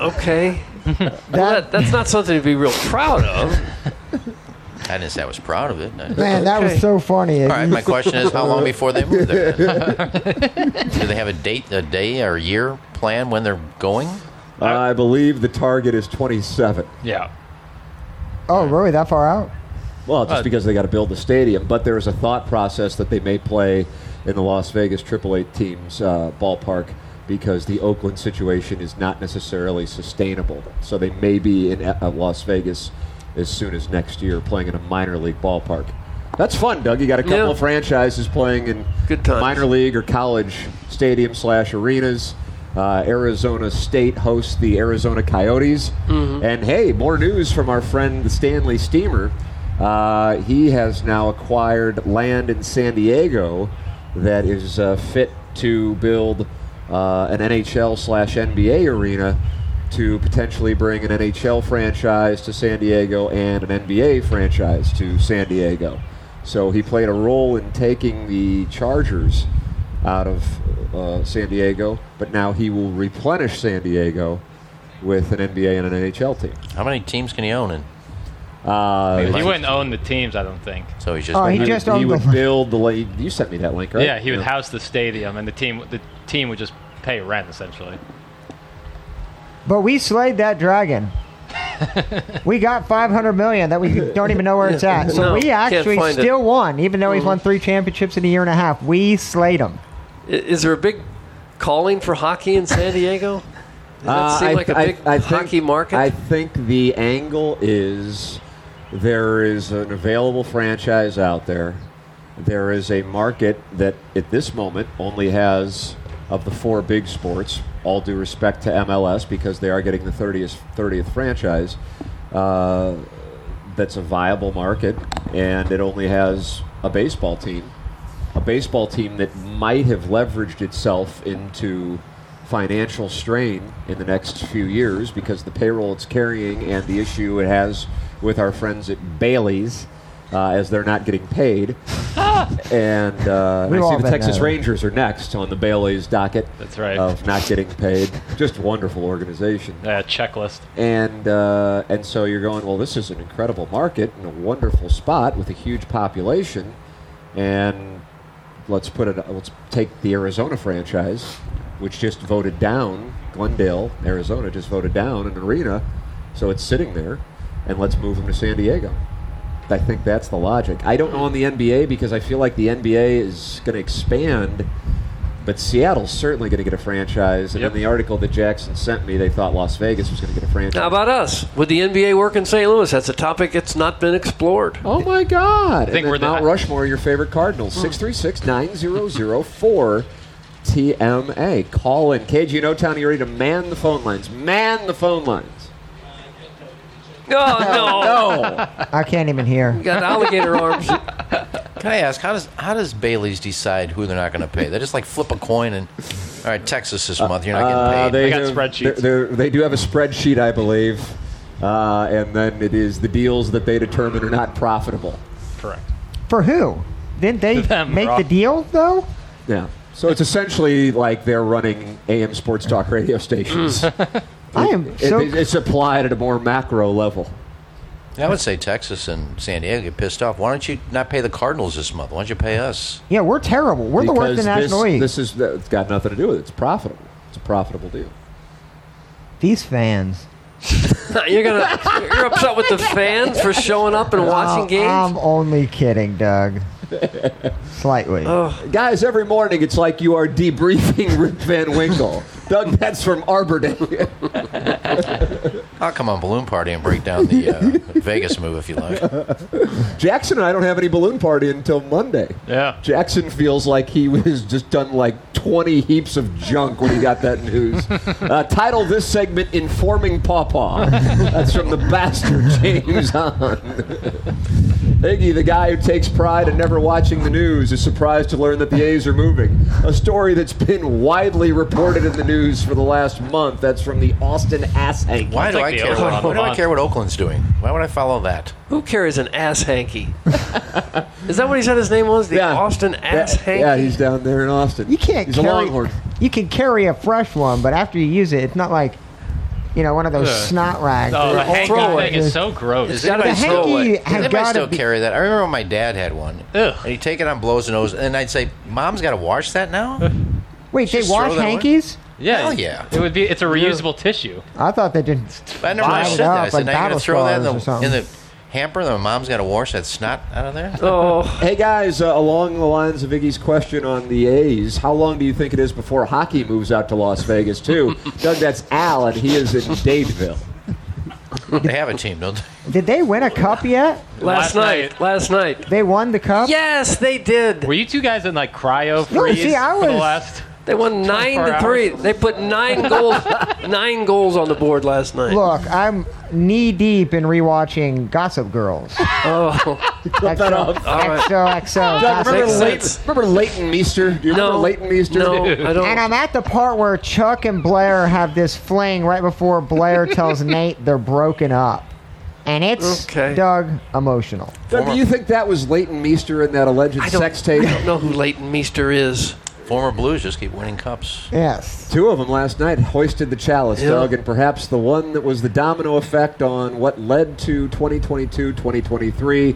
[SPEAKER 2] Okay,
[SPEAKER 3] that,
[SPEAKER 2] that, that's not something to be real proud of.
[SPEAKER 4] I didn't say I was proud of it. I-
[SPEAKER 3] man, that was so funny.
[SPEAKER 4] All right, my question is how long before they move there? then? Do they have a date, a day, or a year plan when they're going?
[SPEAKER 1] I believe the target is 27.
[SPEAKER 5] yeah.
[SPEAKER 3] Oh, really? That far out?
[SPEAKER 1] Well, just
[SPEAKER 5] Uh,
[SPEAKER 1] because they got to build the stadium, but there is a thought process that they may play in the Las Vegas Triple Eight team's uh, ballpark because the Oakland situation is not necessarily sustainable. So they may be in uh, Las Vegas as soon as next year, playing in a minor league ballpark. That's fun, Doug. You got a couple
[SPEAKER 2] Yeah.
[SPEAKER 1] of franchises playing in
[SPEAKER 2] Good times.
[SPEAKER 1] minor league or college stadium slash arenas. Uh, Arizona State hosts the Arizona Coyotes.
[SPEAKER 2] Mm-hmm.
[SPEAKER 1] And hey, more news from our friend Stanley Steamer. Uh, he has now acquired land in San Diego that is uh, fit to build uh, an NHL slash NBA arena to potentially bring an NHL franchise to San Diego and an NBA franchise to San Diego. So he played a role in taking the Chargers out of uh, San Diego, but now he will replenish San Diego with an NBA and an NHL team.
[SPEAKER 4] How many teams can he own? And
[SPEAKER 1] Uh,
[SPEAKER 4] He
[SPEAKER 5] He
[SPEAKER 4] Like-
[SPEAKER 5] wouldn't own the teams, I don't think.
[SPEAKER 4] so he's just
[SPEAKER 3] Oh, he
[SPEAKER 1] he
[SPEAKER 3] just
[SPEAKER 1] would, he
[SPEAKER 3] owned
[SPEAKER 1] would
[SPEAKER 3] the.
[SPEAKER 1] build the. la- You sent me that link, right?
[SPEAKER 5] Yeah, he would house the stadium, and the team the team would just pay rent essentially.
[SPEAKER 3] But we slayed that dragon. we got 500 million that we don't even know where it's at. So
[SPEAKER 2] No,
[SPEAKER 3] we
[SPEAKER 2] can't
[SPEAKER 3] actually
[SPEAKER 2] find it.
[SPEAKER 3] still won, even though he's won three championships in a year and a half. We slayed him.
[SPEAKER 2] I- Is there a big calling for hockey in San Diego? Does that
[SPEAKER 1] Uh,
[SPEAKER 2] seem
[SPEAKER 1] I-
[SPEAKER 2] like a
[SPEAKER 1] I-
[SPEAKER 2] big
[SPEAKER 1] I think-
[SPEAKER 2] hockey market?
[SPEAKER 1] I think the angle is there is an available franchise out there. There is a market that at this moment only has of the four big sports. All due respect to MLS because they are getting the 30th 30th franchise. Uh, that's a viable market, and it only has a baseball team. A baseball team that might have leveraged itself into financial strain in the next few years because the payroll it's carrying and the issue it has with our friends at Bailey's uh, as they're not getting paid. and uh,
[SPEAKER 3] We've
[SPEAKER 1] I
[SPEAKER 3] all
[SPEAKER 1] see the
[SPEAKER 3] been
[SPEAKER 1] Texas
[SPEAKER 3] there.
[SPEAKER 1] Rangers are next on the Bailey's docket
[SPEAKER 5] That's right.
[SPEAKER 1] of not getting paid. Just a wonderful organization
[SPEAKER 5] Uh, checklist.
[SPEAKER 1] and uh, and so you're going, well, this is an incredible market and a wonderful spot with a huge population, and let's put it, let's take the Arizona franchise, which just voted down Glendale, Arizona, just voted down an arena, so it's sitting there, and let's move them to San Diego. I think that's the logic. I don't know on the NBA because I feel like the NBA is going to expand. But Seattle's certainly going to get a franchise. And
[SPEAKER 5] Yep.
[SPEAKER 1] in the article that Jackson sent me, they thought Las Vegas was going to get a franchise.
[SPEAKER 2] How about us? Would the NBA work in St. Louis? That's a topic that's not been explored.
[SPEAKER 1] Oh my God! I
[SPEAKER 5] think we're the- Hmm.
[SPEAKER 1] Mount Rushmore, your favorite Cardinals, six three six nine zero zero four. TMA. Call in. KG No Town, you ready to man the phone lines. Man the phone lines.
[SPEAKER 2] Oh, no.
[SPEAKER 1] Oh.
[SPEAKER 3] I can't even hear.
[SPEAKER 2] You got alligator arms.
[SPEAKER 4] Can I ask how does how does Bailey's decide who they're not going to pay? They just like flip a coin and all right, Texas this month you're not
[SPEAKER 1] Uh,
[SPEAKER 4] getting
[SPEAKER 1] they,
[SPEAKER 4] paid.
[SPEAKER 5] I got
[SPEAKER 1] have-
[SPEAKER 5] spreadsheets.
[SPEAKER 1] they're- they're- they do have a spreadsheet, I believe. Uh, and then it is the deals that they determine are not profitable.
[SPEAKER 5] Correct.
[SPEAKER 3] For who? Didn't they
[SPEAKER 5] Them,
[SPEAKER 3] make
[SPEAKER 5] bro.
[SPEAKER 3] the deal, though?
[SPEAKER 1] Yeah. So it's essentially like they're running AM sports talk radio stations.
[SPEAKER 3] I am
[SPEAKER 1] It-
[SPEAKER 3] so.
[SPEAKER 1] it- it's applied at a more macro level.
[SPEAKER 4] I would say Texas and San Diego get pissed off. Why don't you not pay the Cardinals this month? Why don't you pay us?
[SPEAKER 3] Yeah, we're terrible. We're the worst
[SPEAKER 1] Because
[SPEAKER 3] in the National
[SPEAKER 1] this,
[SPEAKER 3] League.
[SPEAKER 1] This is it's got nothing to do with it. It's profitable. It's a profitable deal.
[SPEAKER 3] These fans.
[SPEAKER 2] You're gonna you're upset with the fans for showing up and watching
[SPEAKER 3] Oh,
[SPEAKER 2] games.
[SPEAKER 1] um,
[SPEAKER 3] I'm only kidding, Doug. Slightly.
[SPEAKER 1] Guys, every morning it's like you are debriefing Rip Van Winkle. Doug, that's from Arbor Day.
[SPEAKER 4] I'll come on balloon party and break down the uh, Vegas move if you like.
[SPEAKER 1] Jackson and I don't have any balloon party until Monday.
[SPEAKER 5] Yeah.
[SPEAKER 1] Jackson feels like he was just done like 20 heaps of junk when he got that news. Uh, title this segment Informing Pawpaw. That's from the bastard James on. Iggy, the guy who takes pride in never watching the news, is surprised to learn that the A's are moving. A story that's been widely reported in the news for the last month. That's from the Austin Ass Hank.
[SPEAKER 4] Why do
[SPEAKER 5] like
[SPEAKER 4] I
[SPEAKER 5] the
[SPEAKER 4] care?
[SPEAKER 5] over
[SPEAKER 4] Why
[SPEAKER 5] on the
[SPEAKER 4] do I
[SPEAKER 5] bond.
[SPEAKER 4] care what Oakland's doing? Why would I follow that?
[SPEAKER 2] Who carries an ass hanky? Is that what he said his name was? The Austin ass
[SPEAKER 1] yeah,
[SPEAKER 2] hanky.
[SPEAKER 1] Yeah, he's down there in Austin.
[SPEAKER 3] You can't
[SPEAKER 1] He's
[SPEAKER 3] carry.
[SPEAKER 1] a Longhorn.
[SPEAKER 3] You can carry a fresh one, but after you use it, it's not like, you know, one of those
[SPEAKER 5] Yeah.
[SPEAKER 3] snot rags.
[SPEAKER 5] Oh, the
[SPEAKER 3] Throw
[SPEAKER 5] hanky
[SPEAKER 3] it.
[SPEAKER 5] thing is so gross.
[SPEAKER 4] Does anybody,
[SPEAKER 3] The
[SPEAKER 4] still,
[SPEAKER 3] hanky
[SPEAKER 4] does
[SPEAKER 3] has
[SPEAKER 4] anybody
[SPEAKER 3] gotta
[SPEAKER 4] still
[SPEAKER 3] be-
[SPEAKER 4] carry that? I remember when my dad had one.
[SPEAKER 5] Ugh.
[SPEAKER 4] And he'd take it on blows and O's, and I'd say, Mom's got to wash that now?
[SPEAKER 3] Wait, they
[SPEAKER 4] Just throw
[SPEAKER 3] wash
[SPEAKER 4] that away?
[SPEAKER 3] hankies?
[SPEAKER 5] Yeah.
[SPEAKER 4] Hell yeah.
[SPEAKER 5] It would be. It's a reusable tissue.
[SPEAKER 3] I thought they didn't.
[SPEAKER 4] But I never
[SPEAKER 3] Wow.
[SPEAKER 4] really said that. I
[SPEAKER 3] Up,
[SPEAKER 4] said,
[SPEAKER 3] like
[SPEAKER 4] now you're going
[SPEAKER 3] battle
[SPEAKER 4] to throw that in
[SPEAKER 3] scars or
[SPEAKER 4] the,
[SPEAKER 3] something."
[SPEAKER 4] in the hamper, and Mom's got to wash that snot out of there?
[SPEAKER 2] oh,
[SPEAKER 1] Hey guys, uh, along the lines of Iggy's question on the A's, how long do you think it is before hockey moves out to Las Vegas too? Doug, that's Al, and he is in Dadeville.
[SPEAKER 4] They have a team, don't they?
[SPEAKER 3] Did they win a cup yet?
[SPEAKER 5] Last
[SPEAKER 2] Last
[SPEAKER 5] night.
[SPEAKER 2] night. Last night.
[SPEAKER 3] They won the cup.
[SPEAKER 2] Yes, they did.
[SPEAKER 5] Were you two guys in like cryo
[SPEAKER 3] No,
[SPEAKER 5] freeze
[SPEAKER 3] see, I
[SPEAKER 5] for the
[SPEAKER 3] was-
[SPEAKER 5] last?
[SPEAKER 2] They won nine
[SPEAKER 5] 24
[SPEAKER 2] to three. They put nine goals, nine goals on the board last night.
[SPEAKER 3] Look, I'm knee deep in rewatching Gossip Girls.
[SPEAKER 2] Oh,
[SPEAKER 3] XO,
[SPEAKER 1] Doug,
[SPEAKER 3] XOXO. Gossip
[SPEAKER 1] remember,
[SPEAKER 2] makes
[SPEAKER 3] Girls.
[SPEAKER 1] Leighton,
[SPEAKER 2] sense.
[SPEAKER 1] remember Leighton Meester? Do you remember
[SPEAKER 2] no,
[SPEAKER 1] Leighton Meester?
[SPEAKER 2] no, I
[SPEAKER 3] And
[SPEAKER 2] don't.
[SPEAKER 3] I'm at the part where Chuck and Blair have this fling right before Blair tells Nate they're broken up. And it's,
[SPEAKER 2] Okay.
[SPEAKER 3] Doug, emotional.
[SPEAKER 1] Doug, do you think that was Leighton Meester in that alleged
[SPEAKER 2] I don't,
[SPEAKER 1] sex tape?
[SPEAKER 2] I don't know who Leighton Meester is.
[SPEAKER 4] Former Blues just keep winning cups.
[SPEAKER 3] Yes.
[SPEAKER 1] Two of them last night hoisted the chalice,
[SPEAKER 2] Yeah.
[SPEAKER 1] Doug, and perhaps the one that was the domino effect on what led to 2022 2023.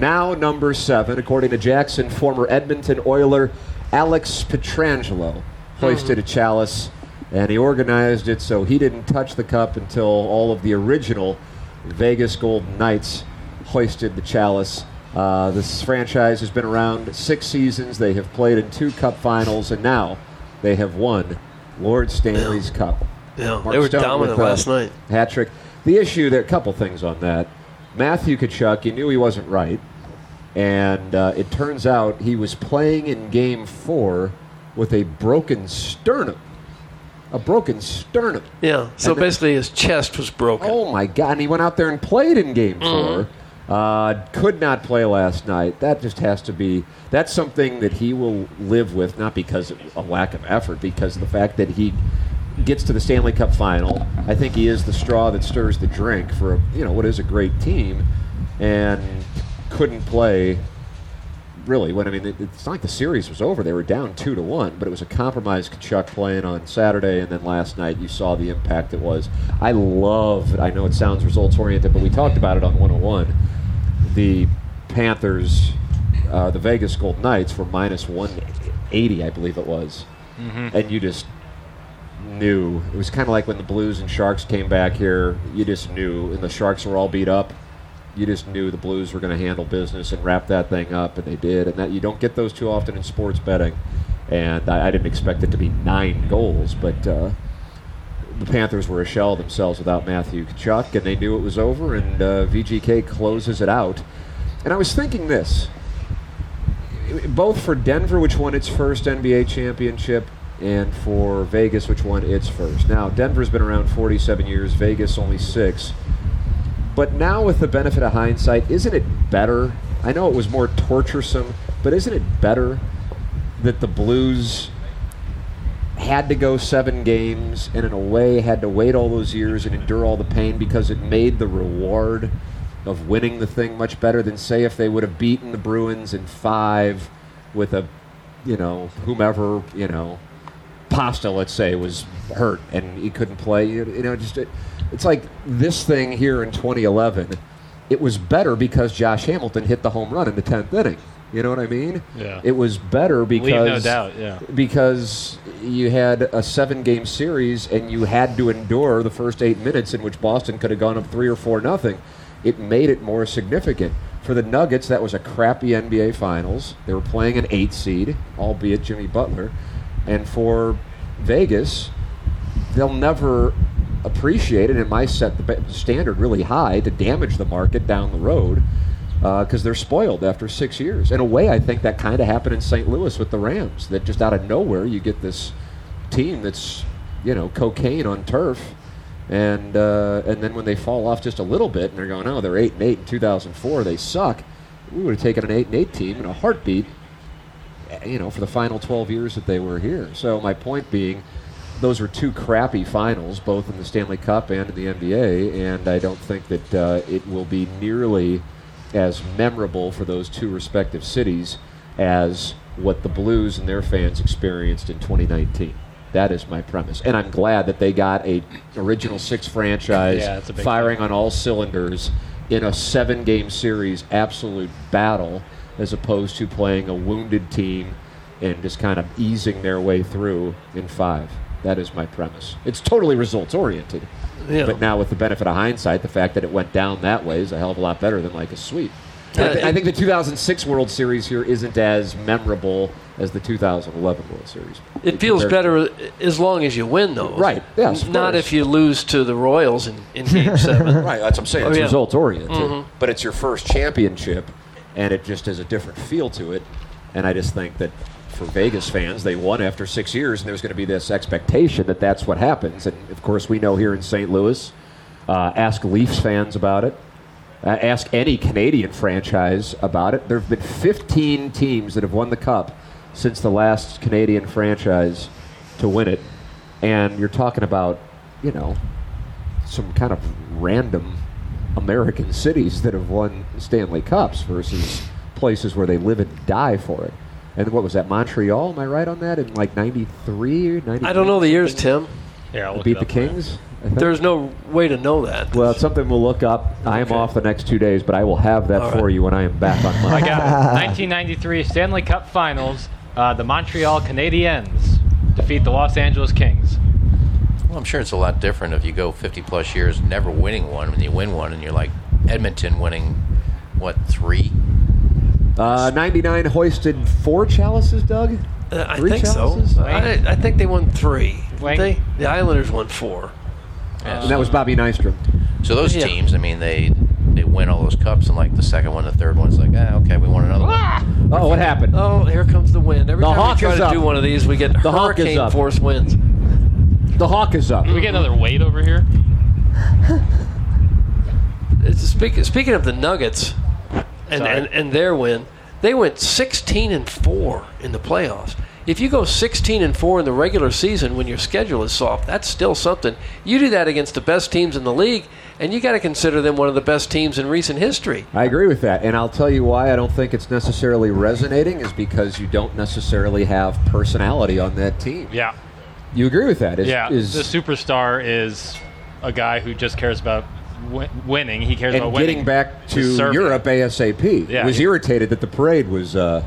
[SPEAKER 1] Now, number seven, according to Jackson, former Edmonton Oiler Alex Petrangelo hoisted a chalice, and he organized it so he didn't touch the cup until all of the original Vegas Golden Knights hoisted the chalice. Uh, this franchise has been around six seasons. They have played in two cup finals, and now they have won Lord Stanley's Cup.
[SPEAKER 2] Yeah,
[SPEAKER 1] Mark
[SPEAKER 2] they were
[SPEAKER 1] Stone
[SPEAKER 2] dominant
[SPEAKER 1] with, uh,
[SPEAKER 2] last night.
[SPEAKER 1] Hat trick. The issue, there are a couple things on that. Matthew Kachuk, you knew he wasn't right, and uh, it turns out he was playing in game four with a broken sternum. A broken sternum.
[SPEAKER 2] Yeah, so
[SPEAKER 1] And the-
[SPEAKER 2] basically his chest was broken.
[SPEAKER 1] Oh my God! And he went out there and played in Game Four. Uh, could not play last night. That just has to be. That's something that he will live with, not because of a lack of effort, because of the fact that he gets to the Stanley Cup final. I think he is the straw that stirs the drink for a, you know what is a great team, and couldn't play. Really, when I mean, it- it's not like the series was over. They were down two to one, but it was a compromise. Kachuk playing on Saturday, and then last night you saw the impact it was. I love. I know it sounds results oriented, but we talked about it on 101. The Panthers, uh, the Vegas Golden Knights were minus 180, I believe it was, and you just knew. It was kind of like when the Blues and Sharks came back here. You just knew, and the Sharks were all beat up. You just knew the Blues were going to handle business and wrap that thing up, and they did. And that you don't get those too often in sports betting. And I, I didn't expect it to be nine goals, but uh, the Panthers were a shell of themselves without Matthew Kachuk, and they knew it was over. And uh, VGK closes it out. And I was thinking this both for Denver, which won its first NBA championship, and for Vegas, which won its first. Now, Denver's been around 47 years, Vegas only six. But now, with the benefit of hindsight, isn't it better? I know it was more torturesome, but isn't it better that the Blues had to go seven games and, in a way, had to wait all those years and endure all the pain because it made the reward of winning the thing much better than, say, if they would have beaten the Bruins in five with a, you know, whomever, you know, Pasta, let's say, was hurt and he couldn't play. You you know, just it, it's like this thing here in 2011. It was better because Josh Hamilton hit the home run in the 10th inning. You know what I mean?
[SPEAKER 5] Yeah.
[SPEAKER 1] It was better because
[SPEAKER 5] Leave no
[SPEAKER 1] because-
[SPEAKER 5] doubt, yeah.
[SPEAKER 1] because you had a seven-game series and you had to endure the first eight minutes in which Boston could have gone up three or four nothing. It made it more significant for the Nuggets. That was a crappy NBA Finals. They were playing an eight seed, albeit Jimmy Butler, and for Vegas, they'll never appreciate it. It might set the ba- standard really high to damage the market down the road because they're spoiled after six years. In a way, I think that kind of happened in St. Louis with the Rams. That just out of nowhere, you get this team that's you know cocaine on turf. And uh, and then when they fall off just a little bit, and they're going, oh, they're eight and eight in 2004, they suck. We would have taken an eight and eight team in a heartbeat eh, you know, for the final 12 years that they were here. So my point being, those were two crappy finals, both in the Stanley Cup and in the NBA, and I don't think that uh, it will be nearly as memorable for those two respective cities as what the Blues and their fans experienced in 2019. That is my premise, and I'm glad that they got a original six franchise
[SPEAKER 5] Yeah, that's a big
[SPEAKER 1] firing on all cylinders in a seven game series absolute battle as opposed to playing a wounded team and just kind of easing their way through in five. That is my premise. It's totally results oriented.
[SPEAKER 2] Yeah.
[SPEAKER 1] But now, with the benefit of hindsight, the fact that it went down that way is a hell of a lot better than like a sweep. And I, th- I think the 2006 World Series here isn't as memorable as the 2011 World Series.
[SPEAKER 2] It feels
[SPEAKER 1] Compared-
[SPEAKER 2] better as long as you win, though.
[SPEAKER 1] Right, yes, of
[SPEAKER 2] Not
[SPEAKER 1] course.
[SPEAKER 2] if you lose to the Royals in, in Game Seven.
[SPEAKER 1] Right, that's what I'm saying. It's Mm-hmm.
[SPEAKER 2] yeah.
[SPEAKER 1] results oriented, but it's your first championship, and it just has a different feel to it. And I just think that for Vegas fans, they won after six years, and there's going to be this expectation that that's what happens. And of course, we know here in St. Louis, uh, ask Leafs fans about it. Uh, ask any Canadian franchise about it. There have been 15 teams that have won the cup since the last Canadian franchise to win it, and you're talking about, you know, some kind of random American cities that have won Stanley Cups versus places where they live and die for it. And what was that? Montreal? Am I right on that? In like '93 or '90?
[SPEAKER 2] I don't know the years, Tim.
[SPEAKER 5] Here, I'll look
[SPEAKER 1] Beat
[SPEAKER 5] it
[SPEAKER 1] the
[SPEAKER 5] up for you.
[SPEAKER 1] Kings. I think.
[SPEAKER 2] There's no way to know that.
[SPEAKER 1] Well, it's something we'll look up. I am
[SPEAKER 2] Okay.
[SPEAKER 1] off the next two days, but I will have that
[SPEAKER 2] All
[SPEAKER 1] for
[SPEAKER 2] right.
[SPEAKER 1] you when I am back on
[SPEAKER 5] I
[SPEAKER 1] Monday.
[SPEAKER 5] got it. 1993 Stanley Cup Finals. Uh, the Montreal Canadiens defeat the Los Angeles Kings.
[SPEAKER 4] Well, I'm sure it's a lot different if you go 50 plus years never winning one, and you win one, and you're like Edmonton winning what three?
[SPEAKER 1] Uh, '99 hoisted four chalices, Doug.
[SPEAKER 2] Uh, I
[SPEAKER 1] Three
[SPEAKER 2] think
[SPEAKER 1] chalices?
[SPEAKER 2] so. I, I think they won three.
[SPEAKER 5] Wayne?
[SPEAKER 2] Did they? The Islanders won four.
[SPEAKER 1] And that was Bobby Nystrom.
[SPEAKER 4] So those
[SPEAKER 2] Yeah.
[SPEAKER 4] teams, I mean, they they win all those cups, and like the second one, the third one's like, ah, okay, we won another
[SPEAKER 3] Ah!
[SPEAKER 4] one.
[SPEAKER 1] Oh, what happened?
[SPEAKER 2] Oh, here comes the wind. Every
[SPEAKER 1] The
[SPEAKER 2] time
[SPEAKER 1] hawk
[SPEAKER 2] we try
[SPEAKER 1] is
[SPEAKER 2] to
[SPEAKER 1] up.
[SPEAKER 2] do one of these, we get
[SPEAKER 1] The hawk is
[SPEAKER 2] hurricane
[SPEAKER 1] up.
[SPEAKER 2] force winds.
[SPEAKER 1] The Hawk is up.
[SPEAKER 5] Did we get another Wade over here?
[SPEAKER 2] It's- Speak, speaking of the Nuggets and,
[SPEAKER 5] Sorry.
[SPEAKER 2] and, and their win, they went 16 and 4 in the playoffs. If you go 16 and 4 in the regular season when your schedule is soft, that's still something. You do that against the best teams in the league, and you got to consider them one of the best teams in recent history.
[SPEAKER 1] I agree with that, and I'll tell you why I don't think it's necessarily resonating is because you don't necessarily have personality on that team.
[SPEAKER 5] Yeah.
[SPEAKER 1] You agree with that? Is,
[SPEAKER 5] Yeah.
[SPEAKER 1] is-
[SPEAKER 5] the superstar is a guy who just cares about w- winning. He cares
[SPEAKER 1] and
[SPEAKER 5] about winning.
[SPEAKER 1] getting back
[SPEAKER 5] He's
[SPEAKER 1] to
[SPEAKER 5] serving.
[SPEAKER 1] Europe ASAP.
[SPEAKER 5] Yeah.
[SPEAKER 1] was irritated that the parade was uh,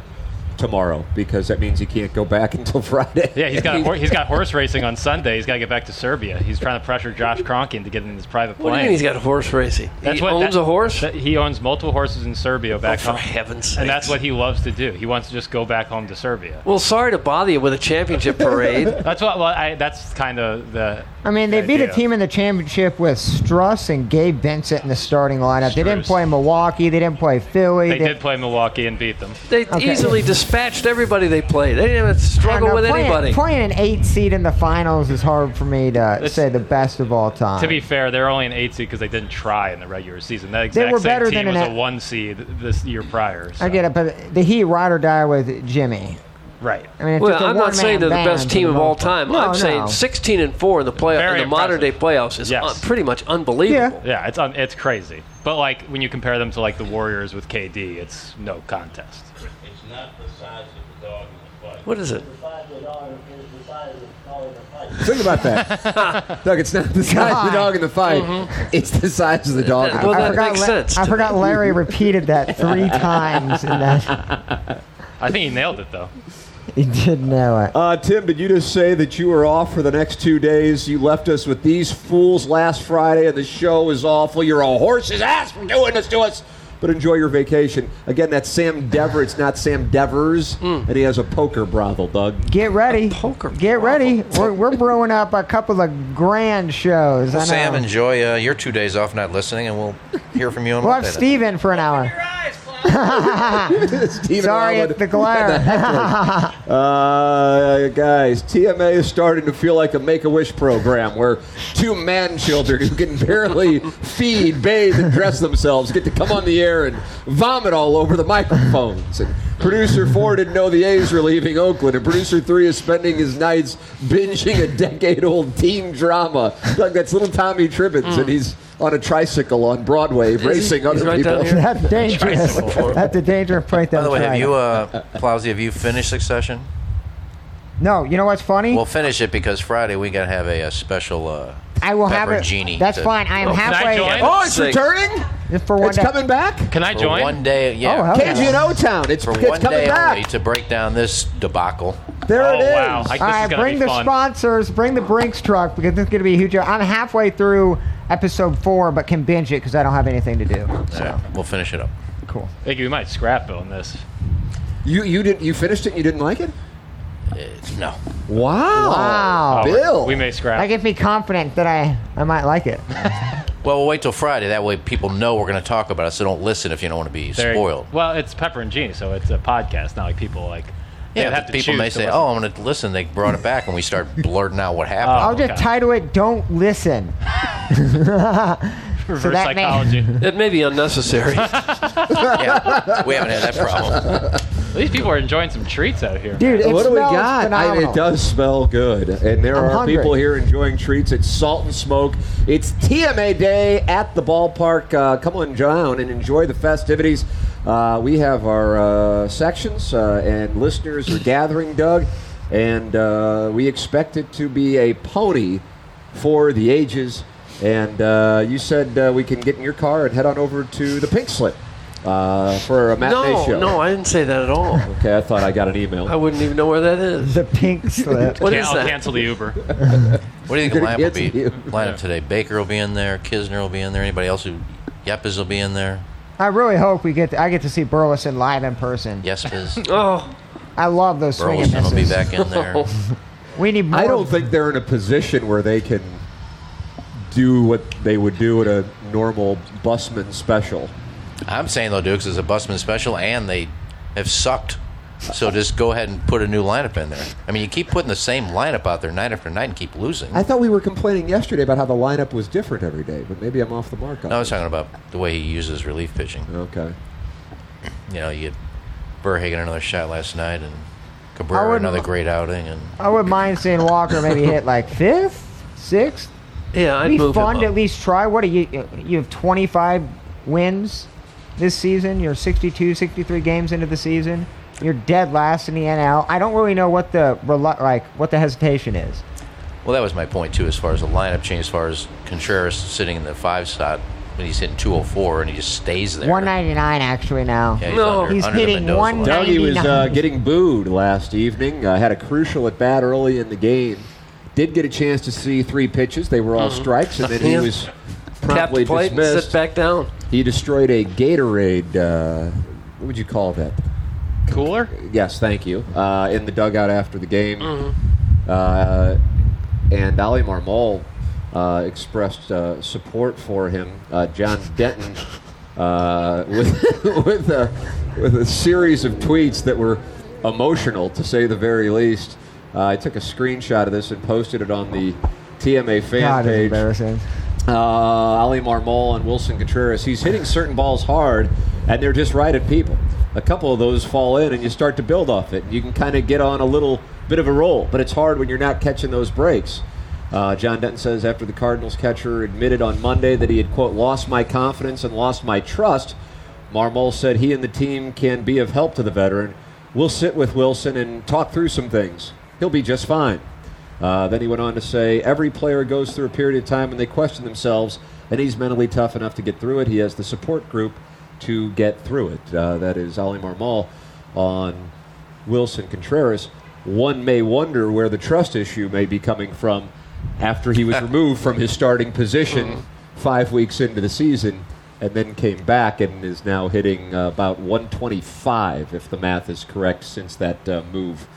[SPEAKER 1] tomorrow because that means he can't go back until Friday.
[SPEAKER 5] Yeah, he's got a hor- he's got horse racing on Sunday. He's got to get back to Serbia. He's trying to pressure Josh Kronkin to get in his private plane.
[SPEAKER 2] What do you mean he's got horse racing?
[SPEAKER 5] That's
[SPEAKER 2] he
[SPEAKER 5] what-
[SPEAKER 2] owns
[SPEAKER 5] that-
[SPEAKER 2] a horse?
[SPEAKER 5] that- he owns multiple horses in Serbia
[SPEAKER 2] Oh,
[SPEAKER 5] back
[SPEAKER 2] for
[SPEAKER 5] home,
[SPEAKER 2] heaven's sake.
[SPEAKER 5] and that's what he loves to do. He wants to just go back home to Serbia.
[SPEAKER 2] Well, sorry to bother you with a championship parade.
[SPEAKER 5] That's what. Well, I, that's kind of the.
[SPEAKER 3] I mean, they beat a
[SPEAKER 5] idea.
[SPEAKER 3] team in the championship with Struss and Gabe Vincent in the starting lineup. They didn't
[SPEAKER 5] Strus.
[SPEAKER 3] play Milwaukee. They didn't play Philly.
[SPEAKER 5] They did play Milwaukee and beat them.
[SPEAKER 2] They
[SPEAKER 3] Okay.
[SPEAKER 2] easily dispatched everybody they played. They didn't have to
[SPEAKER 3] I don't
[SPEAKER 2] struggle
[SPEAKER 3] know,
[SPEAKER 2] with
[SPEAKER 3] playing,
[SPEAKER 2] anybody.
[SPEAKER 3] Playing an eight seed in the finals is hard for me to say the best of all time.
[SPEAKER 5] To be fair, they're only an eight seed because they didn't try in the regular season. That exact
[SPEAKER 3] were
[SPEAKER 5] same
[SPEAKER 3] better
[SPEAKER 5] team
[SPEAKER 3] than
[SPEAKER 5] was
[SPEAKER 3] an
[SPEAKER 5] a
[SPEAKER 3] a-
[SPEAKER 5] one seed this year prior. so-
[SPEAKER 3] I get it, but the Heat ride or die with Jimmy.
[SPEAKER 5] Right.
[SPEAKER 3] I mean, it's
[SPEAKER 2] Well,
[SPEAKER 3] just a
[SPEAKER 2] I'm not
[SPEAKER 3] one-man
[SPEAKER 2] saying they're the
[SPEAKER 3] band
[SPEAKER 2] best
[SPEAKER 3] for
[SPEAKER 2] team
[SPEAKER 3] the
[SPEAKER 2] of all
[SPEAKER 3] most part.
[SPEAKER 2] time. I'm
[SPEAKER 3] No, no.
[SPEAKER 2] saying 16 and four in the playoff
[SPEAKER 5] Very
[SPEAKER 2] in the modern day playoffs
[SPEAKER 5] impressive.
[SPEAKER 2] is
[SPEAKER 5] Yes.
[SPEAKER 2] un- pretty much unbelievable.
[SPEAKER 5] Yeah, it's un- it's crazy. But like when you compare them to like the Warriors with KD, it's no contest.
[SPEAKER 6] It's not the size of the dog in the fight.
[SPEAKER 2] What is it?
[SPEAKER 6] The size of the dog is the size of the dog in the fight.
[SPEAKER 1] Think about that, Doug. It's not the size of the dog in the fight;
[SPEAKER 5] Mm-hmm.
[SPEAKER 1] it's the size of the dog. in the
[SPEAKER 2] Well,
[SPEAKER 1] fight.
[SPEAKER 2] that
[SPEAKER 3] forgot
[SPEAKER 2] makes
[SPEAKER 3] La-
[SPEAKER 2] sense.
[SPEAKER 3] I
[SPEAKER 2] to
[SPEAKER 3] forgot
[SPEAKER 2] me.
[SPEAKER 3] Larry repeated that three times, and that
[SPEAKER 5] I think he nailed it though.
[SPEAKER 3] he did know it.
[SPEAKER 1] Uh, Tim, did you just say that you were off for the next two days? You left us with these fools last Friday, and the show was awful. You're a horse's ass for doing this to us. But enjoy your vacation. Again, that's Sam Dever. It's not Sam Devers,
[SPEAKER 3] Hmm.
[SPEAKER 1] and he has a poker brothel, Doug.
[SPEAKER 3] Get ready.
[SPEAKER 2] poker
[SPEAKER 3] Get ready. We're, we're brewing up a couple of grand shows. I know.
[SPEAKER 4] Sam, enjoy uh, your two days off not listening, and we'll hear from you on
[SPEAKER 3] We'll have
[SPEAKER 4] Monday. then.
[SPEAKER 3] Steve in for an hour.
[SPEAKER 1] Steven
[SPEAKER 3] Sorry,
[SPEAKER 1] Allen.
[SPEAKER 3] it's the glare.
[SPEAKER 1] Uh, guys, TMA is starting to feel like a Make-A-Wish program where two man children who can barely feed, bathe, and dress themselves get to come on the air and vomit all over the microphones. And producer four didn't know the A's were leaving Oakland, and producer three is spending his nights binging a decade-old teen drama. Doug, that's little Tommy Tribbins, and he's on a tricycle on Broadway racing
[SPEAKER 2] He's
[SPEAKER 1] other
[SPEAKER 2] right
[SPEAKER 1] people.
[SPEAKER 2] down here.
[SPEAKER 3] That's dangerous. That's a dangerous point.
[SPEAKER 4] By the way, have you, uh, Plowsy, have you finished Succession? uh,
[SPEAKER 3] No, you know what's funny?
[SPEAKER 4] We'll finish it because Friday we gotta have a, uh special. Uh,
[SPEAKER 3] I will have it.
[SPEAKER 4] Pepperoncini
[SPEAKER 3] That's
[SPEAKER 4] to-
[SPEAKER 3] fine. I am
[SPEAKER 5] can I
[SPEAKER 3] halfway.
[SPEAKER 5] join?
[SPEAKER 1] Oh, it's
[SPEAKER 2] Sick.
[SPEAKER 1] returning?
[SPEAKER 3] Just for one
[SPEAKER 1] It's
[SPEAKER 3] day.
[SPEAKER 1] coming back?
[SPEAKER 5] Can I
[SPEAKER 4] for
[SPEAKER 5] join?
[SPEAKER 4] one day, yeah.
[SPEAKER 3] Oh, hell yeah.
[SPEAKER 1] KG and O-Town. It's,
[SPEAKER 4] For
[SPEAKER 1] it's
[SPEAKER 4] one
[SPEAKER 1] coming
[SPEAKER 4] day
[SPEAKER 1] back.
[SPEAKER 4] only to break down this debacle.
[SPEAKER 1] There
[SPEAKER 5] oh
[SPEAKER 1] it is.
[SPEAKER 5] wow! Like, this
[SPEAKER 3] All
[SPEAKER 5] is
[SPEAKER 3] right,
[SPEAKER 5] gonna
[SPEAKER 3] bring
[SPEAKER 5] be
[SPEAKER 3] the
[SPEAKER 5] fun.
[SPEAKER 3] sponsors, bring the Brinks truck because this is going to be a huge. I'm halfway through episode four, but can binge it because I don't have anything to do.
[SPEAKER 4] So we'll finish it up.
[SPEAKER 3] cool.
[SPEAKER 5] I think we might scrap it on this.
[SPEAKER 1] You you didn't you finished it. and You didn't like it.
[SPEAKER 4] Uh, no.
[SPEAKER 1] Wow.
[SPEAKER 3] Wow.
[SPEAKER 5] Oh, we're-
[SPEAKER 1] Bill.
[SPEAKER 5] We may scrap.
[SPEAKER 3] That
[SPEAKER 5] it.
[SPEAKER 3] gives me confident that I, I might like it.
[SPEAKER 4] Well, we'll wait till Friday. That way, people know we're going to talk about it. So don't listen if you don't want to be
[SPEAKER 5] There you-
[SPEAKER 4] spoiled.
[SPEAKER 5] Well, it's Pepper and Genie, so it's a podcast, not like people like. they
[SPEAKER 4] Yeah, but
[SPEAKER 5] have to
[SPEAKER 4] people
[SPEAKER 5] choose
[SPEAKER 4] may
[SPEAKER 5] to
[SPEAKER 4] say,
[SPEAKER 5] listen. Oh,
[SPEAKER 4] "Oh, I'm going to listen." They brought it back, and we start blurting out what happened.
[SPEAKER 3] I'll just
[SPEAKER 5] okay.
[SPEAKER 3] title it "Don't Listen."
[SPEAKER 5] reverse
[SPEAKER 3] that may-
[SPEAKER 5] psychology."
[SPEAKER 2] It may be unnecessary.
[SPEAKER 5] Oh.
[SPEAKER 4] Yeah, we haven't had that problem.
[SPEAKER 5] These people are enjoying some treats out here.
[SPEAKER 3] Dude, it
[SPEAKER 1] what do we
[SPEAKER 3] smells
[SPEAKER 1] got? I mean,
[SPEAKER 3] phenomenal.
[SPEAKER 1] it does smell good, and there
[SPEAKER 3] I'm
[SPEAKER 1] are
[SPEAKER 3] hungry.
[SPEAKER 1] people here enjoying treats. It's Salt and Smoke. It's TMA Day at the ballpark. Uh, come on down and enjoy the festivities. Uh, we have our uh, sections, uh, and listeners are gathering, Doug, and uh, we expect it to be a pony for the ages. And uh, you said uh, we can get in your car and head on over to the Pink Slip uh, for a matinee
[SPEAKER 2] no,
[SPEAKER 1] show.
[SPEAKER 2] no, I didn't say that at all.
[SPEAKER 1] Okay, I thought I got an email.
[SPEAKER 2] I wouldn't even know where that is.
[SPEAKER 3] The pink slip.
[SPEAKER 2] What
[SPEAKER 5] Can-
[SPEAKER 2] is
[SPEAKER 5] I'll
[SPEAKER 2] that?
[SPEAKER 5] cancel the Uber.
[SPEAKER 4] What do you think the
[SPEAKER 1] Gonna
[SPEAKER 4] lineup
[SPEAKER 1] get
[SPEAKER 4] will
[SPEAKER 1] to
[SPEAKER 4] be?
[SPEAKER 1] you.
[SPEAKER 4] Lineup today: Baker will be in there, Kisner will be in there. Anybody else who? Yepes will be in there.
[SPEAKER 3] I really hope we get. To, I get to see Burleson live in person.
[SPEAKER 4] Yespes.
[SPEAKER 2] Oh,
[SPEAKER 3] I love those swing and
[SPEAKER 4] Burleson will be
[SPEAKER 3] misses.
[SPEAKER 4] back in there.
[SPEAKER 5] Oh,
[SPEAKER 3] We need more.
[SPEAKER 1] I don't think they're in a position where they can do what they would do at a normal busman special.
[SPEAKER 4] I'm saying though, Dukes is a busman special, and they have sucked. So just go ahead and put a new lineup in there. I mean, you keep putting the same lineup out there night after night and keep losing.
[SPEAKER 1] I thought we were complaining yesterday about how the lineup was different every day, but maybe I'm off the mark on
[SPEAKER 4] I
[SPEAKER 1] it.
[SPEAKER 4] was talking about the way he uses relief pitching.
[SPEAKER 1] Okay.
[SPEAKER 4] You know, you get Burhagen another shot last night, and Cabrera
[SPEAKER 3] wouldn't-
[SPEAKER 4] another great outing, and
[SPEAKER 3] I would mind seeing Walker maybe hit like fifth, sixth.
[SPEAKER 2] yeah, I'd
[SPEAKER 3] It'd be
[SPEAKER 2] move
[SPEAKER 3] fun to
[SPEAKER 2] him
[SPEAKER 3] at
[SPEAKER 2] up.
[SPEAKER 3] least try. What are you? You have 25 wins this season. You're 62, 63 games into the season. You're dead last in the NL. I don't really know what the relu- like what the hesitation is.
[SPEAKER 4] well, that was my point too, as far as the lineup change, as far as Contreras sitting in the five spot when he's hitting 204 and he just stays there.
[SPEAKER 3] 199 actually now.
[SPEAKER 4] Yeah, he's
[SPEAKER 2] No.
[SPEAKER 4] under-
[SPEAKER 3] He's
[SPEAKER 4] under the
[SPEAKER 3] hitting
[SPEAKER 4] Mendoza
[SPEAKER 3] one-
[SPEAKER 4] line.
[SPEAKER 1] Dougie was uh,
[SPEAKER 3] 99.
[SPEAKER 1] getting booed last evening. Uh, had a crucial at bat early in the game. Did get a chance to see three pitches. They were all strikes, and then he
[SPEAKER 2] Yeah.
[SPEAKER 1] was
[SPEAKER 2] Mm-hmm. Tap the
[SPEAKER 1] promptly
[SPEAKER 2] plate and sit
[SPEAKER 1] dismissed.
[SPEAKER 2] back down.
[SPEAKER 1] He destroyed a Gatorade. Uh, what would you call that?
[SPEAKER 5] Cooler?
[SPEAKER 1] Yes, thank you. Uh, in the dugout after the game, uh, and Ali Marmol uh, expressed uh, support for him. Uh, John Denton uh, with with a with a series of tweets that were emotional to say the very least. Uh, I took a screenshot of this and posted it on the TMA fan
[SPEAKER 3] God, it's
[SPEAKER 1] page
[SPEAKER 3] embarrassing.
[SPEAKER 1] uh, Ali Marmol and Wilson Contreras. He's hitting certain balls hard, and they're just right at people. A couple of those fall in, and you start to build off it. You can kind of get on a little bit of a roll, but it's hard when you're not catching those breaks. Uh, John Denton says after the Cardinals catcher admitted on Monday that he had, quote, lost my confidence and lost my trust, Marmol said he and the team can be of help to the veteran. We'll sit with Wilson and talk through some things. He'll be just fine. Uh, then he went on to say, every player goes through a period of time when they question themselves, and he's mentally tough enough to get through it. He has the support group to get through it. Uh, that is Ali Marmol on Wilson Contreras. One may wonder where the trust issue may be coming from after he was removed from his starting position five weeks into the season and then came back and is now hitting uh, about 125, if the math is correct, since that uh, move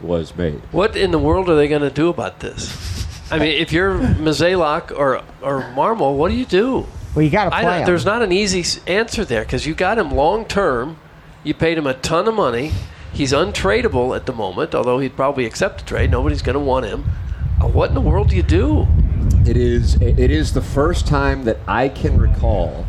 [SPEAKER 1] was made.
[SPEAKER 2] What in the world are they going to do about this? I mean, if you're Mazalok or or Marmol, what do you do?
[SPEAKER 3] Well, you got to
[SPEAKER 2] I
[SPEAKER 3] play
[SPEAKER 2] don't,
[SPEAKER 3] 'em.
[SPEAKER 2] there's not an easy s- answer there because you got him long term. You paid him a ton of money. He's untradeable at the moment, although he'd probably accept a trade. Nobody's going to want him. Uh, What in the world do you do?
[SPEAKER 1] It is. It is the first time that I can recall.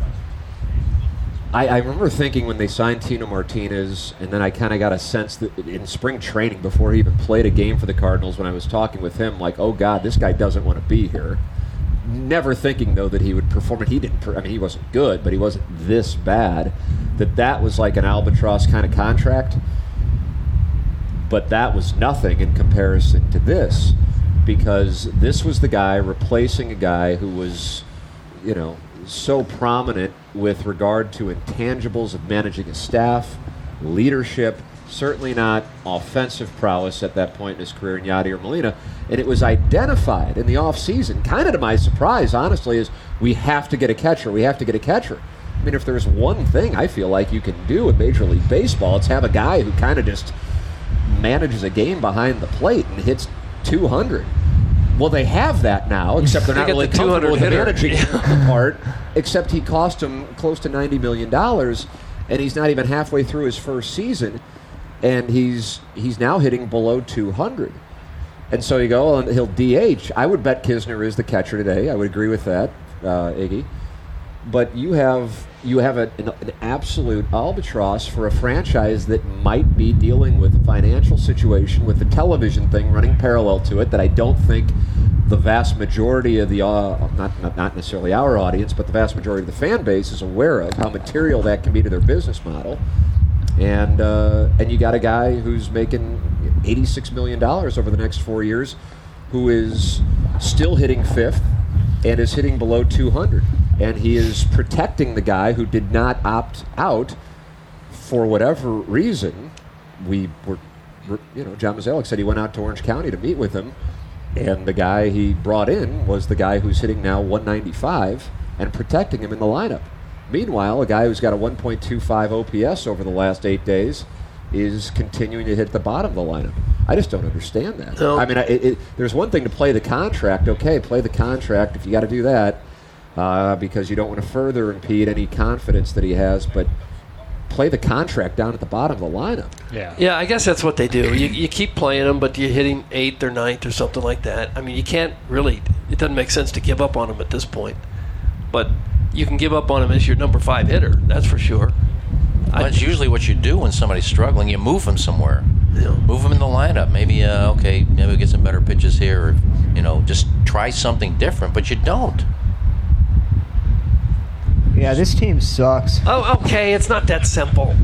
[SPEAKER 1] I, I remember thinking when they signed Tino Martinez, and then I kind of got a sense that in spring training before he even played a game for the Cardinals, when I was talking with him, like, oh God, this guy doesn't want to be here. Never thinking though that he would perform. And he didn't. per- I mean, he wasn't good, but he wasn't this bad. That that was like an albatross kind of contract but that was nothing in comparison to this because this was the guy replacing a guy who was you know so prominent with regard to intangibles of managing a staff leadership certainly not offensive prowess at that point in his career in Yadier Molina and it was identified in the offseason kind of to my surprise honestly is we have to get a catcher we have to get a catcher I mean, if there's one thing I feel like you can do in Major League Baseball, it's have a guy who kind of just manages a game behind the plate and hits 200. Well, they have that now, except they're
[SPEAKER 2] They
[SPEAKER 1] not
[SPEAKER 2] got
[SPEAKER 1] really
[SPEAKER 2] the
[SPEAKER 1] comfortable with
[SPEAKER 2] 200
[SPEAKER 1] the
[SPEAKER 2] hitter.
[SPEAKER 1] managing part. Except he cost him close to ninety million dollars, and he's not even halfway through his first season, and he's he's now hitting below two hundred. And so you go, and he'll DH. I would bet Kisner is the catcher today. I would agree with that, uh, Iggy. But you have you have a, an, an absolute albatross for a franchise that might be dealing with a financial situation with the television thing running parallel to it that I don't think the vast majority of the uh, not, not not necessarily our audience, but the vast majority of the fan base is aware of how material that can be to their business model and uh, and you got a guy who's making eighty six million dollars over the next four years, who is still hitting fifth and is hitting below two hundred, and he is protecting the guy who did not opt out for whatever reason. We were, were- you know, John Mozeliak said he went out to Orange County to meet with him, and the guy he brought in was the guy who's hitting now 195 and protecting him in the lineup. Meanwhile, a guy who's got a 1.25 OPS over the last eight days is continuing to hit the bottom of the lineup. I just don't understand that.
[SPEAKER 2] No.
[SPEAKER 1] I mean, I- it, it, there's one thing to play the contract. Okay, play the contract if you got to do that, uh, because you don't want to further impede any confidence that he has. But play the contract down at the bottom of the lineup.
[SPEAKER 5] Yeah.
[SPEAKER 2] Yeah, I guess that's what they do. You, you keep playing them, but you hit him eighth or ninth or something like that. I mean, you can't really. It doesn't make sense to give up on him at this point. But you can give up on him as your number five hitter. That's for sure.
[SPEAKER 4] Well, that's usually what you do when somebody's struggling. You move them somewhere. Move them in the lineup. Maybe uh, okay. Maybe we get some better pitches here. Or, you know, just try something different. But you don't.
[SPEAKER 3] Yeah, this team sucks.
[SPEAKER 2] Oh, okay. It's not that simple.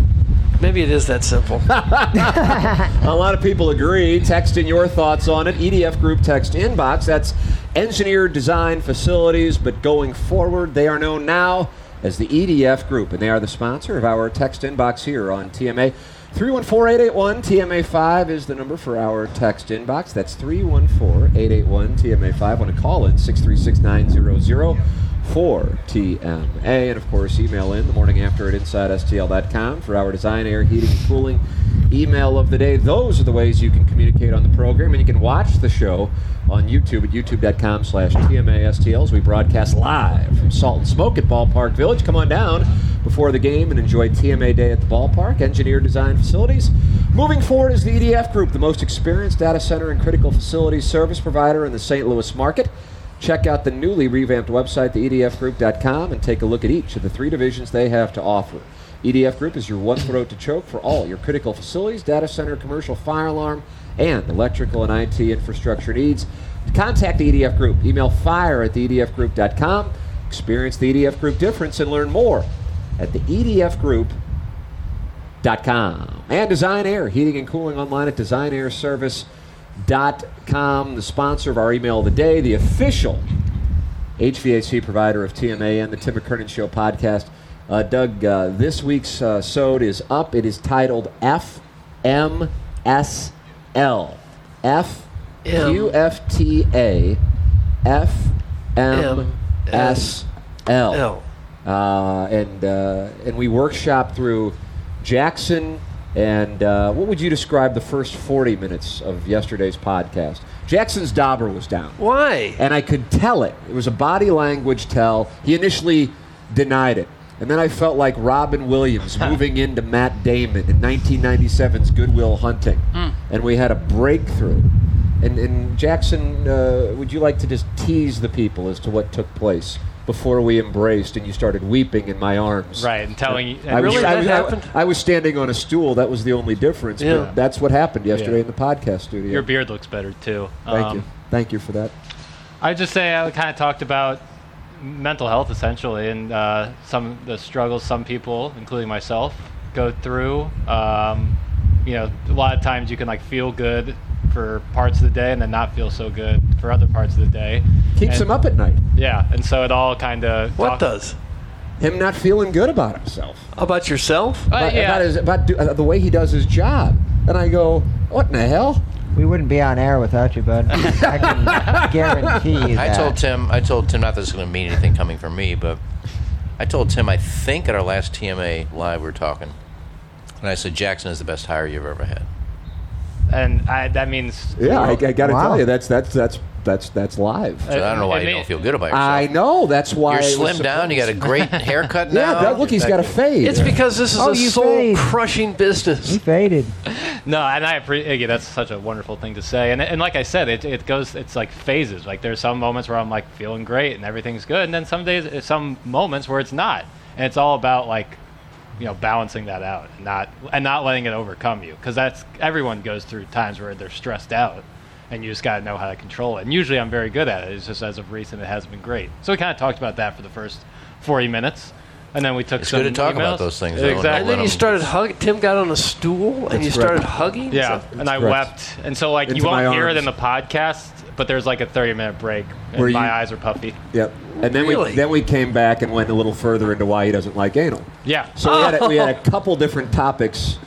[SPEAKER 2] Maybe it is that simple.
[SPEAKER 1] A lot of people agree. Text in your thoughts on it. EDF Group text inbox. That's engineered design facilities, but going forward, they are known now as the EDF Group, and they are the sponsor of our text inbox here on TMA. 314-881 TMA5 is the number for our text inbox. That's 314-881 TMA5. Want to call in 636-900 for TMA. And of course, email in the morning after at insidestl.com for our design, air, heating, and cooling email of the day. Those are the ways you can communicate on the program, and you can watch the show on YouTube at youtube.com slash TMASTL as we broadcast live from Salt and Smoke at Ballpark Village. Come on down before the game and enjoy TMA Day at the ballpark. Engineer design facilities. Moving forward is the EDF Group, the most experienced data center and critical facilities service provider in the St. Louis market. Check out the newly revamped website, E theedfgroup.com, and take a look at each of the three divisions they have to offer. EDF Group is your one throat to choke for all your critical facilities, data center, commercial fire alarm, and electrical and IT infrastructure needs. Contact the EDF Group. Email fire at E theedfgroup.com. Experience the EDF Group difference and learn more at the EDF Group designairservice.com. And Design Air, heating and cooling online at designairservice.com, the sponsor of our email of the day, the official HVAC provider of TMA and the Tim McKernan Show podcast. Uh, Doug, uh, this week's uh, sode is up. It is titled FMSL. F Q F T A F M S L
[SPEAKER 2] L.
[SPEAKER 1] uh, and uh, and we workshop through Jackson. And uh, what would you describe the first 40 minutes of yesterday's podcast? Jackson's dauber was down,
[SPEAKER 2] Why?
[SPEAKER 1] and I could tell it. It was a body language tell. He initially denied it, and then I felt like Robin Williams moving into Matt Damon in 1997's Goodwill Hunting,
[SPEAKER 5] Hmm.
[SPEAKER 1] and we had a breakthrough. And, and Jackson, uh, would you like to just tease the people as to what took place before we embraced and you started weeping in my arms?
[SPEAKER 5] Right, and telling and
[SPEAKER 1] I was,
[SPEAKER 2] Really?
[SPEAKER 1] I,
[SPEAKER 2] That
[SPEAKER 1] was- I-
[SPEAKER 2] happened?
[SPEAKER 1] I was standing on a stool. That was the only difference.
[SPEAKER 2] Yeah.
[SPEAKER 1] But that's what happened yesterday
[SPEAKER 5] Yeah.
[SPEAKER 1] in the podcast studio.
[SPEAKER 5] your beard looks better too.
[SPEAKER 1] Thank
[SPEAKER 5] Um,
[SPEAKER 1] you. Thank you for that.
[SPEAKER 5] I would just say I kind of talked about mental health essentially and uh, some of the struggles some people, including myself, go through. Um, you know, a lot of times you can like feel good for parts of the day and then not feel so good for other parts of the day.
[SPEAKER 1] Keeps
[SPEAKER 5] And-
[SPEAKER 1] him up at night.
[SPEAKER 5] Yeah, and so it all kind of
[SPEAKER 2] What does?
[SPEAKER 1] Him not feeling good about himself.
[SPEAKER 2] How about yourself?
[SPEAKER 5] Uh,
[SPEAKER 1] about,
[SPEAKER 5] yeah.
[SPEAKER 1] about his, about do, uh, the way he does his job. And I go, what in the hell?
[SPEAKER 3] We wouldn't be on air without you, bud. I can guarantee you that.
[SPEAKER 4] I told Tim. I told Tim not that it's going to mean anything coming from me, but I told Tim, I think at our last TMA live we were talking, and I said Jackson is the best hire you've ever had.
[SPEAKER 5] and I, that means
[SPEAKER 1] Yeah, I, I got to
[SPEAKER 3] Wow.
[SPEAKER 1] tell you, that's that's that's that's that's live.
[SPEAKER 4] So I don't know why you
[SPEAKER 5] It may-
[SPEAKER 4] don't feel good about yourself.
[SPEAKER 1] I know. That's why
[SPEAKER 4] You're
[SPEAKER 1] I was
[SPEAKER 4] slim down. You got a
[SPEAKER 1] surprised.
[SPEAKER 4] great haircut
[SPEAKER 1] Yeah,
[SPEAKER 4] now.
[SPEAKER 1] that- look, he's got a fade.
[SPEAKER 2] It's because this is
[SPEAKER 3] Oh,
[SPEAKER 2] a
[SPEAKER 3] you
[SPEAKER 2] soul
[SPEAKER 3] fade.
[SPEAKER 2] crushing business.
[SPEAKER 3] He faded.
[SPEAKER 5] No, and I appreciate again, that's such a wonderful thing to say. And, and like I said, it, it goes, it's like phases. Like there's some moments where I'm like feeling great and everything's good. And then some days, eh, some moments where it's not. And it's all about like, you know, balancing that out and not, and not letting it overcome you. Cause that's, everyone goes through times where they're stressed out and you just got to know how to control it. And usually I'm very good at it. It's just as of recent, it hasn't been great. So we kind of talked about that for the first 40 minutes. And then we took
[SPEAKER 4] It's
[SPEAKER 5] some
[SPEAKER 4] good to talk about
[SPEAKER 5] emails.
[SPEAKER 4] those things, though, and
[SPEAKER 5] Exactly.
[SPEAKER 4] not
[SPEAKER 2] And then you
[SPEAKER 4] Let 'em-
[SPEAKER 2] started hugging. Tim got on a stool and you started hugging.
[SPEAKER 5] Yeah,
[SPEAKER 2] So-
[SPEAKER 5] and I
[SPEAKER 1] correct.
[SPEAKER 5] wept, and so like
[SPEAKER 1] Into
[SPEAKER 5] you
[SPEAKER 1] my
[SPEAKER 5] won't hear it
[SPEAKER 1] arms.
[SPEAKER 5] in the podcast, but there's like a 30 minute break, and
[SPEAKER 1] Were
[SPEAKER 5] my
[SPEAKER 1] you-
[SPEAKER 5] eyes are puffy.
[SPEAKER 1] Yep. And then
[SPEAKER 2] Really?
[SPEAKER 1] we then we came back and went a little further into why he doesn't like anal.
[SPEAKER 5] Yeah,
[SPEAKER 1] So we, had a, we had a couple different topics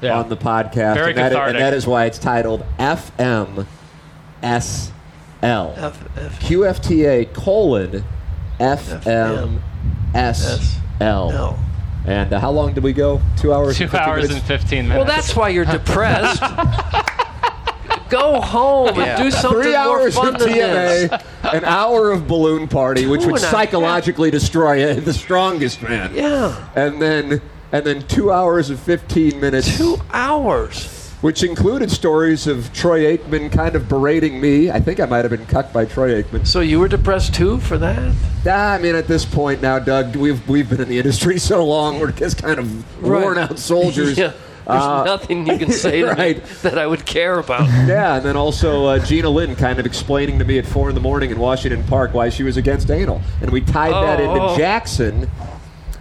[SPEAKER 5] yeah.
[SPEAKER 1] on the podcast,
[SPEAKER 5] Very
[SPEAKER 1] and, that is, and
[SPEAKER 5] cathartic.
[SPEAKER 1] that is why it's titled FMSL. QFTA colon FMSL.
[SPEAKER 2] No.
[SPEAKER 1] And uh, how long did we go? Two hours.
[SPEAKER 5] two
[SPEAKER 1] 50
[SPEAKER 5] hours and
[SPEAKER 1] minutes?
[SPEAKER 5] 15 minutes.
[SPEAKER 2] Well, that's why you're depressed. Go home
[SPEAKER 4] Yeah.
[SPEAKER 2] and do something
[SPEAKER 1] Three
[SPEAKER 2] more
[SPEAKER 1] hours
[SPEAKER 2] fun
[SPEAKER 1] of
[SPEAKER 2] than this.
[SPEAKER 1] TMA, an hour of balloon party, which
[SPEAKER 2] Ooh,
[SPEAKER 1] would
[SPEAKER 2] and I-
[SPEAKER 1] psychologically destroy uh, the strongest man.
[SPEAKER 2] Yeah,
[SPEAKER 1] and then and then two hours and 15 minutes,
[SPEAKER 2] two hours.
[SPEAKER 1] which included stories of Troy Aikman kind of berating me. I think I might have been cucked by Troy Aikman.
[SPEAKER 2] So you were depressed too for that?
[SPEAKER 1] Ah, I mean, at this point now, Doug, we've we've been in the industry so long, we're just kind of
[SPEAKER 2] Right.
[SPEAKER 1] worn out soldiers.
[SPEAKER 2] Yeah. There's nothing you can say to me
[SPEAKER 1] right.
[SPEAKER 2] that I would care about.
[SPEAKER 1] Yeah, and then also uh, Gina Lynn kind of explaining to me at four in the morning in Washington Park why she was against anal, and we tied that
[SPEAKER 2] Oh.
[SPEAKER 1] into Jackson,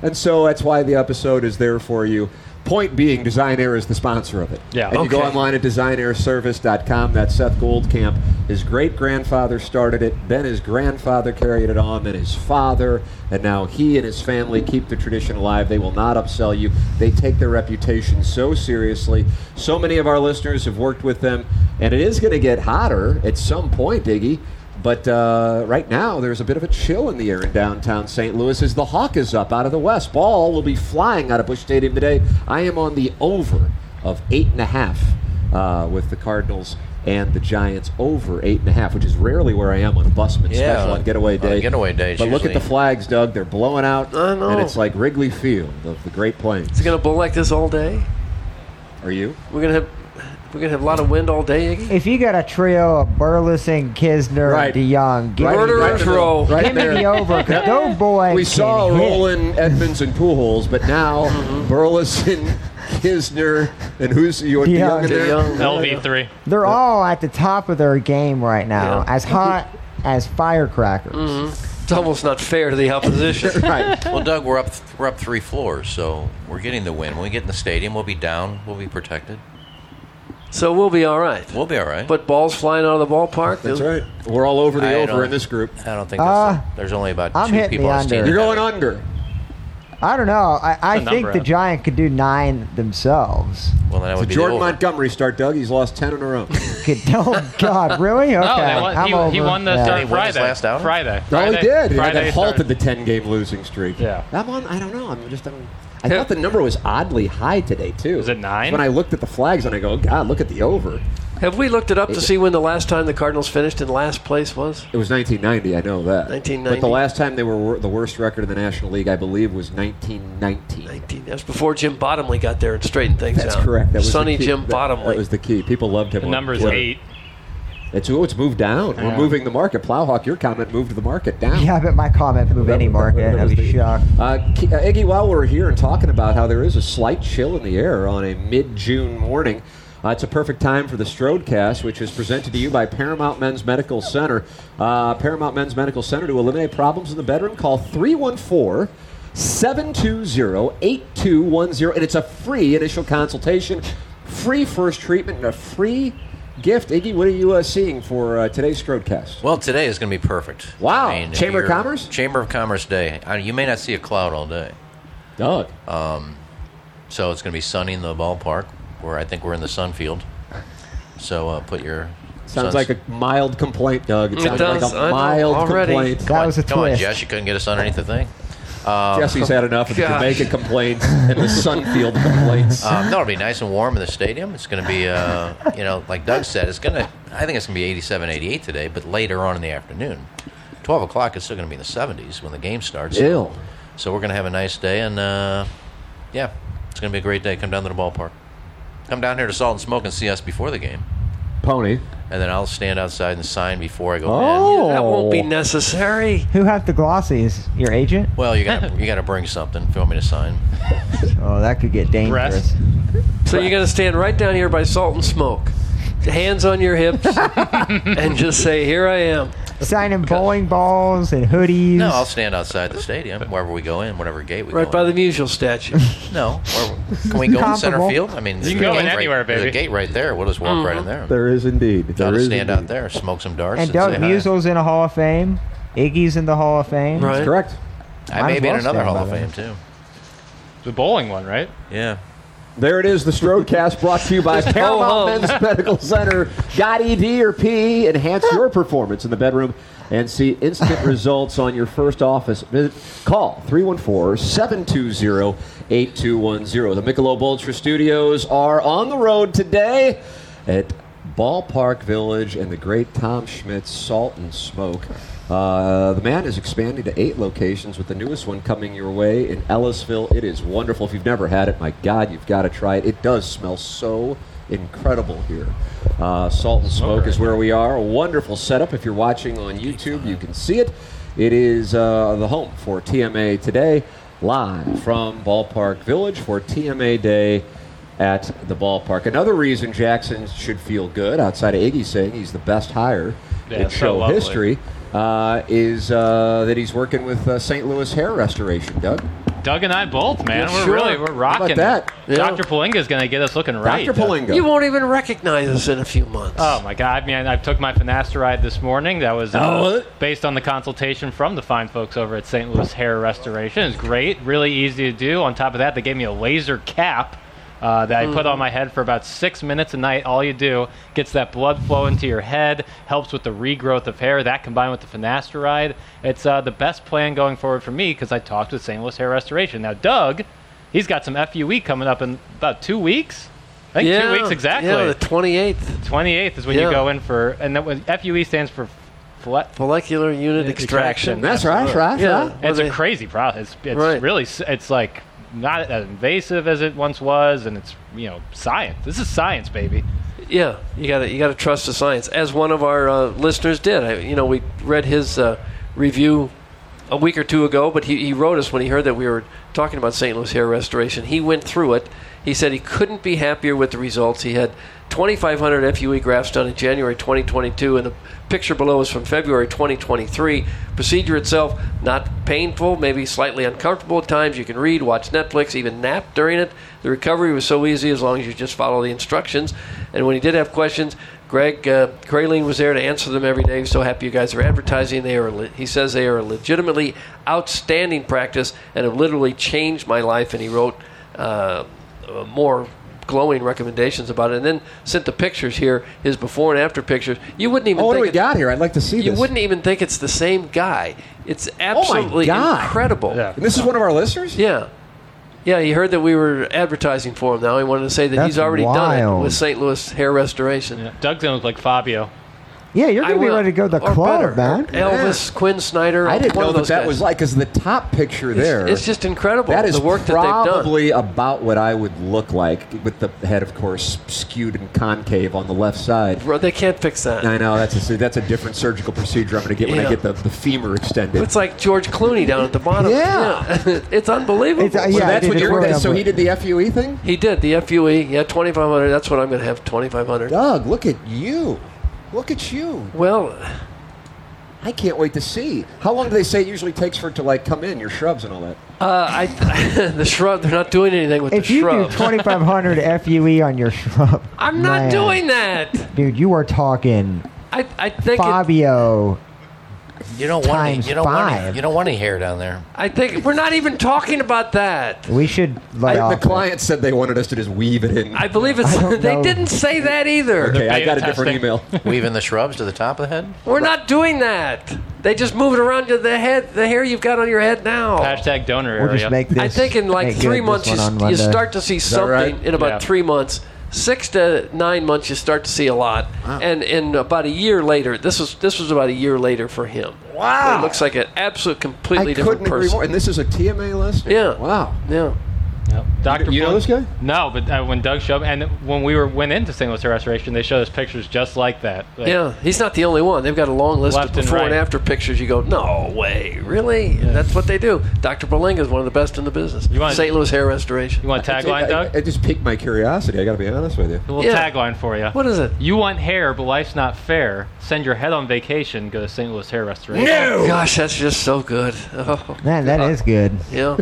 [SPEAKER 1] and so that's why the episode is there for you. Point being, Design Air is the sponsor of it.
[SPEAKER 5] Yeah.
[SPEAKER 1] and you go
[SPEAKER 2] Okay.
[SPEAKER 1] online at designairservice.com. That's Seth Goldcamp. His great grandfather started it. Then his grandfather carried it on. Then his father, and now he and his family keep the tradition alive. They will not upsell you. They take their reputation so seriously. So many of our listeners have worked with them, and it is going to get hotter at some point, Iggy. But uh, right now, there's a bit of a chill in the air in downtown St. Louis as the hawk is up out of the west. Ball will be flying out of Bush Stadium today. I am on the over of eight and a half uh, with the Cardinals and the Giants over eight and a half, which is rarely where I am on a busman
[SPEAKER 4] Yeah,
[SPEAKER 1] special on getaway
[SPEAKER 4] on
[SPEAKER 1] day.
[SPEAKER 4] getaway day, it's
[SPEAKER 1] But look at the
[SPEAKER 4] usually-
[SPEAKER 1] flags, Doug. They're blowing out,
[SPEAKER 2] I know.
[SPEAKER 1] and it's like Wrigley Field of the Great Plains.
[SPEAKER 2] It's gonna blow like this all day.
[SPEAKER 1] Are you?
[SPEAKER 2] We're gonna have we're gonna have a lot of wind all day. Iggy?
[SPEAKER 3] If you got a trio of Burleson, Kisner,
[SPEAKER 1] Right.
[SPEAKER 3] and DeYoung, give,
[SPEAKER 1] Right
[SPEAKER 2] Murder
[SPEAKER 1] in- right
[SPEAKER 2] and
[SPEAKER 1] in the middle.
[SPEAKER 2] throw.
[SPEAKER 1] Right
[SPEAKER 3] give me
[SPEAKER 1] there.
[SPEAKER 3] the over. 'cause no boy.
[SPEAKER 1] We
[SPEAKER 3] can
[SPEAKER 1] saw
[SPEAKER 3] hit.
[SPEAKER 1] Roland Edmonds and Pujols, but now
[SPEAKER 4] Mm-hmm.
[SPEAKER 1] Burleson, Kisner, and who's you?
[SPEAKER 3] DeYoung.
[SPEAKER 1] DeYoung in there?
[SPEAKER 2] DeYoung.
[SPEAKER 5] LV3.
[SPEAKER 3] They're all at the top of their game right now,
[SPEAKER 2] Yeah.
[SPEAKER 3] as hot as firecrackers.
[SPEAKER 2] It's almost not fair to the opposition.
[SPEAKER 1] Right.
[SPEAKER 4] Well, Doug, we're up we're up three floors, so we're getting the win. When we get in the stadium, we'll be down. We'll be protected.
[SPEAKER 2] so we'll be all right.
[SPEAKER 4] We'll be all right.
[SPEAKER 2] But balls flying out of the ballpark.
[SPEAKER 1] That's right. We're all over the
[SPEAKER 4] I
[SPEAKER 1] over
[SPEAKER 4] don't-
[SPEAKER 1] in this group.
[SPEAKER 4] I don't think that's
[SPEAKER 3] Uh,
[SPEAKER 4] there's only about
[SPEAKER 3] I'm
[SPEAKER 4] two
[SPEAKER 3] hitting
[SPEAKER 4] people
[SPEAKER 3] the
[SPEAKER 4] on
[SPEAKER 3] under.
[SPEAKER 4] stage.
[SPEAKER 1] You're going under.
[SPEAKER 3] I don't know. I, I
[SPEAKER 5] It's a
[SPEAKER 3] think
[SPEAKER 5] number
[SPEAKER 3] the
[SPEAKER 5] up.
[SPEAKER 3] Giant could do nine themselves.
[SPEAKER 4] Well, then I
[SPEAKER 1] So
[SPEAKER 4] would be
[SPEAKER 1] Jordan
[SPEAKER 4] the over.
[SPEAKER 1] Montgomery start, Doug. He's lost ten in a row.
[SPEAKER 3] Could, oh God, really? Okay,
[SPEAKER 5] they won-
[SPEAKER 3] I'm
[SPEAKER 5] he,
[SPEAKER 3] over.
[SPEAKER 5] he won the
[SPEAKER 3] Yeah.
[SPEAKER 5] start
[SPEAKER 4] Did he win his
[SPEAKER 5] Friday.
[SPEAKER 4] last outing?
[SPEAKER 5] Friday.
[SPEAKER 1] Oh,
[SPEAKER 5] Friday.
[SPEAKER 1] he did. Yeah,
[SPEAKER 5] Friday
[SPEAKER 1] that halted
[SPEAKER 5] started-
[SPEAKER 1] the ten-game losing streak.
[SPEAKER 5] Yeah.
[SPEAKER 1] I'm on. I don't know. I'm just. I'm, I
[SPEAKER 5] Yeah.
[SPEAKER 1] thought the number was oddly high today too.
[SPEAKER 5] Was it nine?
[SPEAKER 1] When I looked at the flags and I go, God, look at the over.
[SPEAKER 2] Have we looked it up to see when the last time the Cardinals finished in last place was?
[SPEAKER 1] It was 1990. I know that. But
[SPEAKER 2] 1990.
[SPEAKER 1] the last time they were wor- the worst record in the National League, I believe, was 1919.
[SPEAKER 2] 19. That was before Jim Bottomley got there and straightened things
[SPEAKER 1] That's
[SPEAKER 2] out.
[SPEAKER 1] correct. That was the
[SPEAKER 2] Sonny
[SPEAKER 1] key.
[SPEAKER 2] Jim
[SPEAKER 1] That-
[SPEAKER 2] Bottomley.
[SPEAKER 1] That was the key. People loved him.
[SPEAKER 5] The
[SPEAKER 1] on
[SPEAKER 5] number's
[SPEAKER 1] Twitter.
[SPEAKER 5] eight.
[SPEAKER 1] It's oh, it's moved down. We're
[SPEAKER 5] Yeah.
[SPEAKER 1] moving the market. Plowhawk, your comment moved the market down.
[SPEAKER 3] Yeah, I bet my comment move any market. I'd be shocked.
[SPEAKER 1] Uh, K- uh, Iggy, while we're here and talking about how there is a slight chill in the air on a mid-June morning, uh, it's a perfect time for the Strodecast, which is presented to you by Paramount Men's Medical Center. Uh, Paramount Men's Medical Center to eliminate problems in the bedroom. Call 314- 720-8210 and it's a free initial consultation free first treatment and a free gift iggy what are you uh, seeing for uh, today's Strodecast?
[SPEAKER 4] Well, today is going to be perfect.
[SPEAKER 1] Wow.
[SPEAKER 4] if
[SPEAKER 1] Chamber of
[SPEAKER 4] you're-
[SPEAKER 1] Commerce?
[SPEAKER 4] Chamber of Commerce Day. I, you may not see a cloud all day,
[SPEAKER 1] doug
[SPEAKER 2] uh,
[SPEAKER 4] so it's going to be sunny in the ballpark, where I think we're in the sun field. So uh, put your
[SPEAKER 1] Sounds
[SPEAKER 4] suns-
[SPEAKER 1] like a mild complaint, Doug. It
[SPEAKER 2] It
[SPEAKER 1] sounds
[SPEAKER 2] does.
[SPEAKER 1] like
[SPEAKER 2] I
[SPEAKER 1] a
[SPEAKER 2] know
[SPEAKER 1] mild
[SPEAKER 2] already.
[SPEAKER 1] complaint.
[SPEAKER 3] That was a
[SPEAKER 4] Come on,
[SPEAKER 3] twist.
[SPEAKER 4] Jess, you couldn't get us underneath the thing.
[SPEAKER 7] Jesse's had enough of the
[SPEAKER 2] gosh.
[SPEAKER 7] Jamaica complaints and the Sunfield complaints.
[SPEAKER 4] Um, no, it'll be nice and warm in the stadium. It's going to be, uh, you know, like Doug said, it's going to, I think it's going to be 87, 88 today, but later on in the afternoon. 12 o'clock, it's still going to be in the 70s when the game starts.
[SPEAKER 7] Ew.
[SPEAKER 4] So we're going to have a nice day, and uh, yeah, it's going to be a great day. Come down to the ballpark. Come down here to Salt and Smoke and see us before the game.
[SPEAKER 7] Pony.
[SPEAKER 4] And then I'll stand outside and sign before I go in.
[SPEAKER 7] Oh.
[SPEAKER 2] That won't be necessary.
[SPEAKER 3] Who has the glossies? Your agent?
[SPEAKER 4] Well, you got you got to bring something. If you want me to sign?
[SPEAKER 3] Oh, that could get dangerous.
[SPEAKER 5] Breast.
[SPEAKER 2] So you're going to stand right down here by Salt and Smoke, hands on your hips, and just say, "Here I am."
[SPEAKER 3] Signing bowling balls and hoodies.
[SPEAKER 4] No, I'll stand outside the stadium, wherever we go in, whatever gate we
[SPEAKER 2] Right
[SPEAKER 4] go
[SPEAKER 2] by
[SPEAKER 4] in.
[SPEAKER 2] the musical statue.
[SPEAKER 4] No, where- can we go in center
[SPEAKER 3] Comparable.
[SPEAKER 4] field? I mean,
[SPEAKER 5] You can
[SPEAKER 4] there's a
[SPEAKER 5] go in
[SPEAKER 4] gate
[SPEAKER 5] anywhere,
[SPEAKER 4] right, there's
[SPEAKER 5] baby. Uh-huh.
[SPEAKER 4] a gate right there. We'll just walk right in there.
[SPEAKER 1] There is indeed.
[SPEAKER 4] I'll
[SPEAKER 1] There
[SPEAKER 4] just
[SPEAKER 1] is
[SPEAKER 4] stand
[SPEAKER 1] indeed.
[SPEAKER 4] out there, smoke some darts,
[SPEAKER 3] and
[SPEAKER 4] and,
[SPEAKER 3] Doug
[SPEAKER 4] say hi.
[SPEAKER 3] Musel's in a Hall of Fame. Iggy's in the Hall of Fame.
[SPEAKER 2] Right.
[SPEAKER 1] Correct.
[SPEAKER 4] I
[SPEAKER 3] Might
[SPEAKER 4] may
[SPEAKER 3] as
[SPEAKER 4] be in
[SPEAKER 3] well
[SPEAKER 4] another
[SPEAKER 3] stand
[SPEAKER 4] Hall
[SPEAKER 3] by
[SPEAKER 4] of
[SPEAKER 3] there.
[SPEAKER 4] Fame too.
[SPEAKER 5] The bowling one, right?
[SPEAKER 4] Yeah.
[SPEAKER 1] There it is, the Strodecast brought to you
[SPEAKER 4] Oh,
[SPEAKER 1] by
[SPEAKER 2] ho-hum.
[SPEAKER 1] Paramount Men's Medical Center. Got ED or PE? Enhance your performance in the bedroom and see instant results on your first office visit. Call 314-720-8210. The Michelob Ultra Studios are on the road today at Ballpark Village and the great Tom Schmidt Salt and Smoke. Uh, the man is expanding to eight locations with the newest one coming your way in Ellisville. It is wonderful. If you've never had it, my God, you've got to try it. It does smell so incredible here. Uh, Salt and Smoke is where we are. A wonderful setup. If you're watching on YouTube, you can see it. It is uh, the home for TMA today, live from Ballpark Village for TMA Day at the ballpark. Another reason Jackson should feel good, outside of Iggy saying he's the best hire
[SPEAKER 5] Yeah,
[SPEAKER 1] in
[SPEAKER 5] so
[SPEAKER 1] show
[SPEAKER 5] lovely.
[SPEAKER 1] history, uh, is uh, that he's working with uh, St. Louis Hair Restoration. Doug,
[SPEAKER 5] Doug and I both, man.
[SPEAKER 2] Yeah,
[SPEAKER 5] we're
[SPEAKER 2] sure.
[SPEAKER 5] really we're
[SPEAKER 1] about
[SPEAKER 5] rocking.
[SPEAKER 1] that?
[SPEAKER 2] Yeah.
[SPEAKER 5] Dr. Palinga is going to get us looking right.
[SPEAKER 1] Dr. Palinga.
[SPEAKER 2] You won't even recognize us in a few months.
[SPEAKER 5] Oh my God, man! I took my finasteride this morning. That was uh,
[SPEAKER 2] Oh, was it?
[SPEAKER 5] based on the consultation from the fine folks over at St. Louis Hair Restoration. It's great, really easy to do. On top of that, they gave me a laser cap uh, that I put
[SPEAKER 2] Mm.
[SPEAKER 5] on my head for about six minutes a night. All you do gets that blood flow into your head, helps with the regrowth of hair. That combined with the finasteride, it's uh, the best plan going forward for me because I talked with St. Louis Hair Restoration. Now, Doug, he's got some FUE coming up in about two weeks. I think two weeks exactly.
[SPEAKER 2] Yeah, the 28th.
[SPEAKER 5] 28th is when
[SPEAKER 2] Yeah.
[SPEAKER 5] you go in for, and that was FUE stands for flat.
[SPEAKER 2] Molecular unit extraction.
[SPEAKER 1] That's right, right, right.
[SPEAKER 2] Yeah.
[SPEAKER 5] It's
[SPEAKER 2] Well,
[SPEAKER 5] a
[SPEAKER 2] they-
[SPEAKER 5] crazy process. It's, it's
[SPEAKER 2] Right.
[SPEAKER 5] really, s- it's like not as invasive as it once was, and it's you know science. This is science, baby.
[SPEAKER 2] Yeah, you got to you got to trust the science, as one of our uh, listeners did. I, you know, we read his uh, review a week or two ago, but he, he wrote us when he heard that we were talking about St. Louis hair restoration. He went through it. He said he couldn't be happier with the results. He had 2,500 FUE E grafts done in January 2022, and the picture below is from February 2023. Procedure itself not painful, maybe slightly uncomfortable at times. You can read, watch Netflix, even nap during it. The recovery was so easy as long as you just follow the instructions. And when he did have questions, Greg uh, Grayling was there to answer them every day. He's so happy you guys are advertising. They are. le- He says they are a legitimately outstanding practice and have literally changed my life. And he wrote uh, uh, more glowing recommendations about it, and then sent the pictures here, his before and after pictures. You wouldn't even.
[SPEAKER 1] Oh, what
[SPEAKER 2] think
[SPEAKER 1] do we
[SPEAKER 2] it's-
[SPEAKER 1] got here? I'd like to see
[SPEAKER 2] You
[SPEAKER 1] this. Oh,
[SPEAKER 2] wouldn't even think it's the same guy. It's absolutely
[SPEAKER 1] God.
[SPEAKER 2] incredible.
[SPEAKER 5] Yeah.
[SPEAKER 1] And this is one of our listeners?
[SPEAKER 2] Yeah. Yeah, he heard that we were advertising for him now. He wanted to say that
[SPEAKER 3] That's
[SPEAKER 2] he's already done it
[SPEAKER 3] wild.
[SPEAKER 2] with St. Louis Hair Restoration.
[SPEAKER 5] Doug's gonna look like Fabio.
[SPEAKER 3] Yeah, you're
[SPEAKER 2] I
[SPEAKER 3] gonna be
[SPEAKER 2] will.
[SPEAKER 3] ready to go to the
[SPEAKER 2] Or
[SPEAKER 3] club,
[SPEAKER 2] better.
[SPEAKER 3] man.
[SPEAKER 2] Elvis, Quinn Snyder.
[SPEAKER 1] I didn't
[SPEAKER 2] one
[SPEAKER 1] know
[SPEAKER 2] of
[SPEAKER 1] that
[SPEAKER 2] those
[SPEAKER 1] that
[SPEAKER 2] guys.
[SPEAKER 1] was like, because the top picture
[SPEAKER 2] It's-
[SPEAKER 1] there.
[SPEAKER 2] It's, just incredible.
[SPEAKER 1] That is
[SPEAKER 2] the work that they've done.
[SPEAKER 1] probably about what I would look like, with the head, of course, skewed and concave on the left side.
[SPEAKER 2] Bro, They can't fix that.
[SPEAKER 1] I know that's a, that's a different surgical procedure. I'm going to get when
[SPEAKER 2] Yeah.
[SPEAKER 1] I get the, the femur extended.
[SPEAKER 2] It's like George Clooney down at the bottom.
[SPEAKER 1] Yeah.
[SPEAKER 2] it's unbelievable.
[SPEAKER 3] It's, uh,
[SPEAKER 1] So
[SPEAKER 3] yeah,
[SPEAKER 1] that's
[SPEAKER 3] dude,
[SPEAKER 1] what
[SPEAKER 3] it's
[SPEAKER 1] you're.
[SPEAKER 3] really
[SPEAKER 1] So he
[SPEAKER 3] unbelievable.
[SPEAKER 1] did the FUE thing.
[SPEAKER 2] He did the FUE. Yeah, twenty five hundred. That's what I'm going to have. Twenty five hundred.
[SPEAKER 1] Doug, look at you. Look at you.
[SPEAKER 2] Well,
[SPEAKER 1] I can't wait to see. How long do they say it usually takes for it to like come in your shrubs and all that?
[SPEAKER 2] uh, I the shrub. They're not doing anything with
[SPEAKER 3] If
[SPEAKER 2] the
[SPEAKER 3] you
[SPEAKER 2] shrub.
[SPEAKER 3] do 2,500 FUE E on your shrub,
[SPEAKER 2] I'm not
[SPEAKER 3] man,
[SPEAKER 2] doing that.
[SPEAKER 3] Dude, you are talking
[SPEAKER 2] I I think it-
[SPEAKER 3] Fabio
[SPEAKER 4] You don't want
[SPEAKER 3] Times
[SPEAKER 4] any, you don't want any,
[SPEAKER 3] five.
[SPEAKER 4] you don't want any hair down there.
[SPEAKER 2] I think we're not even talking about that.
[SPEAKER 3] We should uh, let
[SPEAKER 1] the
[SPEAKER 3] off.
[SPEAKER 1] client said they wanted us to just weave it in.
[SPEAKER 2] I believe it's.
[SPEAKER 3] I don't
[SPEAKER 2] they
[SPEAKER 3] know.
[SPEAKER 2] didn't say that either.
[SPEAKER 1] okay, I got a
[SPEAKER 5] Beta
[SPEAKER 1] different
[SPEAKER 5] testing.
[SPEAKER 1] email.
[SPEAKER 4] Weaving the shrubs to the top of the head.
[SPEAKER 2] We're not doing that. They just move it around to the head, the hair you've got on your head now.
[SPEAKER 5] Hashtag donor
[SPEAKER 3] We'll
[SPEAKER 5] area.
[SPEAKER 3] just make this.
[SPEAKER 2] I think in like
[SPEAKER 3] make
[SPEAKER 2] three
[SPEAKER 3] good
[SPEAKER 2] months,
[SPEAKER 3] this
[SPEAKER 2] you,
[SPEAKER 3] one on
[SPEAKER 2] you
[SPEAKER 3] Monday.
[SPEAKER 2] start to see
[SPEAKER 1] that
[SPEAKER 2] something.
[SPEAKER 1] right?
[SPEAKER 2] In about
[SPEAKER 5] Yeah.
[SPEAKER 2] three months, six to nine months, you start to see a lot. And in about a year later, this was this was about a year later for him. Wow, it looks like an absolute completely
[SPEAKER 1] I
[SPEAKER 2] different
[SPEAKER 1] couldn't agree
[SPEAKER 2] person.
[SPEAKER 1] more. And this is a TMA list.
[SPEAKER 2] Yeah.
[SPEAKER 1] Wow.
[SPEAKER 2] yeah,
[SPEAKER 5] Yep. Dr.
[SPEAKER 1] you know
[SPEAKER 5] Blum-
[SPEAKER 1] this guy?
[SPEAKER 5] No, but uh, when Doug showed and when we were went into St. Louis Hair Restoration, they showed us pictures just like that. Like,
[SPEAKER 2] yeah, he's not the only one. They've got a long list
[SPEAKER 5] Left
[SPEAKER 2] of
[SPEAKER 5] and
[SPEAKER 2] before and,
[SPEAKER 5] right.
[SPEAKER 2] after pictures. You go, no way, really? That's what they do. Dr. Berlinga is one of the best in the business.
[SPEAKER 5] wanna-
[SPEAKER 2] St. Louis hair restoration.
[SPEAKER 5] You want a tagline,
[SPEAKER 1] I,
[SPEAKER 5] Doug?
[SPEAKER 1] it just piqued my curiosity. I got to be honest with you.
[SPEAKER 5] A little
[SPEAKER 2] Yeah.
[SPEAKER 5] tagline for you.
[SPEAKER 2] what is it?
[SPEAKER 5] You want hair, but life's not fair. Send your head on vacation. Go to St. Louis Hair Restoration.
[SPEAKER 2] Gosh, that's just so good. Oh,
[SPEAKER 3] Man, that is good.
[SPEAKER 2] yeah.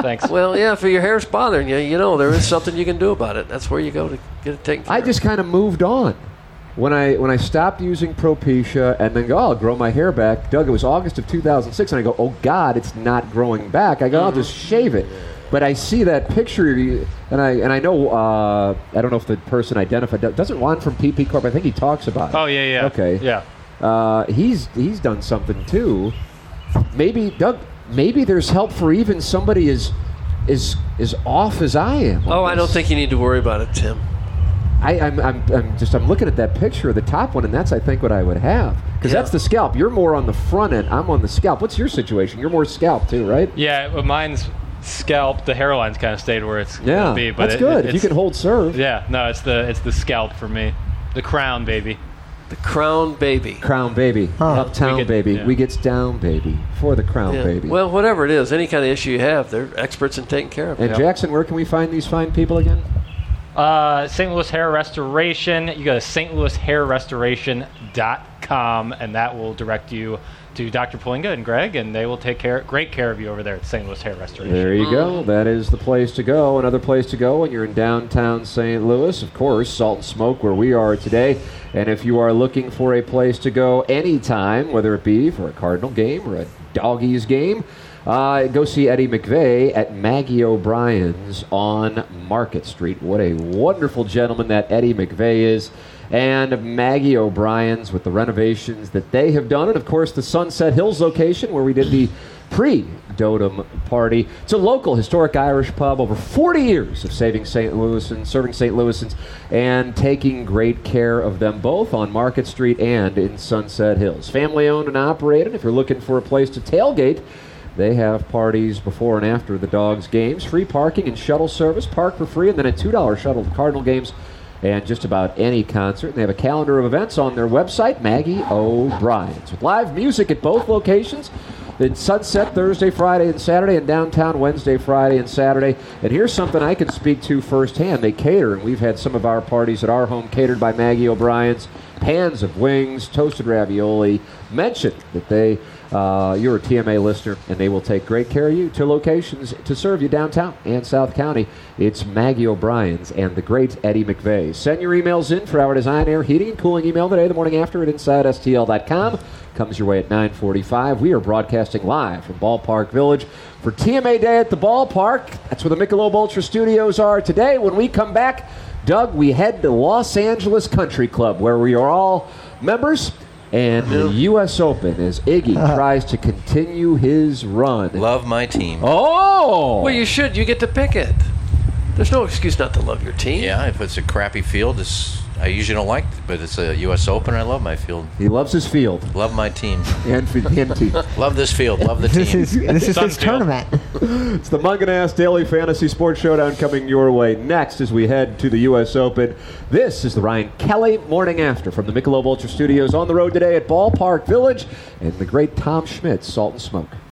[SPEAKER 5] Thanks.
[SPEAKER 2] Well, yeah, if your hair's bothering you, you know there is something you can do about it. That's where you go to get it taken. Care
[SPEAKER 1] I just kind of moved on. When I when I stopped using Propecia and then go, oh, I'll grow my hair back. Doug, it was August of 2006, and I go, oh God, it's not growing back. I go, I'll just shave it. But I see that picture of you, and I and I know uh, I don't know if the person identified doesn't Juan from PP Corp. I think he talks about. It.
[SPEAKER 5] Oh yeah, yeah.
[SPEAKER 1] Okay.
[SPEAKER 5] Yeah.
[SPEAKER 1] Uh, he's he's done something too. Maybe Doug. Maybe there's help for even somebody as as as off as I am.
[SPEAKER 2] of. Oh, I don't think you need to worry about it, Tim.
[SPEAKER 1] I, I'm, I'm, I'm just I'm looking at that picture of the top one, and that's I think what I would have because
[SPEAKER 2] Yeah.
[SPEAKER 1] that's the scalp. You're more on the front end. I'm on the scalp. What's your situation? You're more scalp too, right?
[SPEAKER 5] Yeah. But mine's scalp. The hairline's kind of stayed where it's
[SPEAKER 1] Yeah,
[SPEAKER 5] gonna be. But
[SPEAKER 1] that's
[SPEAKER 5] it-
[SPEAKER 1] good. if you
[SPEAKER 5] it's-
[SPEAKER 1] can hold serve,
[SPEAKER 5] Yeah. No, it's the it's the scalp for me. The crown, baby.
[SPEAKER 2] The crown baby.
[SPEAKER 1] crown baby, uptown
[SPEAKER 5] We get-
[SPEAKER 1] baby,
[SPEAKER 5] yeah.
[SPEAKER 1] we gets down baby for the crown
[SPEAKER 2] Yeah.
[SPEAKER 1] baby.
[SPEAKER 2] Well, whatever it is, any kind of issue you have, they're experts in taking care of it.
[SPEAKER 1] and Jackson, where can we find these fine people again?
[SPEAKER 5] Uh, St. Louis Hair Restoration. You go to stlouishairrestoration.com, and that will direct you to Dr. Palinga and Greg, and they will take care, great care of you over there at St. Louis Hair Restoration.
[SPEAKER 1] There you go. That is the place to go. Another place to go when you're in downtown St. Louis, of course, Salt and Smoke, where we are today. And if you are looking for a place to go anytime, whether it be for a Cardinal game or a Doggies game, uh, go see Eddie McVeigh at Maggie O'Brien's on Market Street. What a wonderful gentleman that Eddie McVeigh is. And Maggie O'Brien's with the renovations that they have done. And of course, the Sunset Hills location where we did the pre Dotem party. It's a local historic Irish pub over 40 years of saving St. Louisans, serving St. Louisans, and taking great care of them both on Market Street and in Sunset Hills. Family owned and operated. If you're looking for a place to tailgate, they have parties before and after the Dogs games, free parking and shuttle service, park for free, and then a $2 shuttle to Cardinal games and just about any concert. And they have a calendar of events on their website, Maggie O'Brien's, with live music at both locations. It's sunset Thursday, Friday, and Saturday, and downtown Wednesday, Friday, and Saturday. And here's something I can speak to firsthand. They cater, and we've had some of our parties at our home catered by Maggie O'Brien's. Pans of wings, toasted ravioli. Mention that they, uh, you're a TMA listener, and they will take great care of you to locations to serve you downtown and South County. It's Maggie O'Brien's and the great Eddie McVeigh. Send your emails in for our design, air, heating, and cooling email today, the morning after at InsideSTL.com. Comes your way at 945. We are broadcasting live from Ballpark Village for TMA Day at the ballpark. That's where the Michelob Ultra Studios are today. When we come back, Doug, we head to Los Angeles Country Club, where we are all members. And the U.S. Open as Iggy tries to continue his run.
[SPEAKER 4] Love my team.
[SPEAKER 1] Oh!
[SPEAKER 2] Well, you should. You get to pick it. There's no excuse not to love your team.
[SPEAKER 4] Yeah, if it's a crappy field, it's, I usually don't like it, but it's a U.S. Open. I love my field.
[SPEAKER 1] He loves his field
[SPEAKER 4] Love my team.
[SPEAKER 1] and for and team.
[SPEAKER 4] Love this field. Love the
[SPEAKER 3] This
[SPEAKER 4] team.
[SPEAKER 3] is this is his
[SPEAKER 5] Sunfield.
[SPEAKER 3] tournament.
[SPEAKER 1] It's the Munganass Daily Fantasy Sports Showdown coming your way next as we head to the U.S. Open. This is the Ryan Kelly Morning After from the Michelob Ultra Studios on the road today at Ballpark Village and the great Tom Schmidt, Salt and Smoke.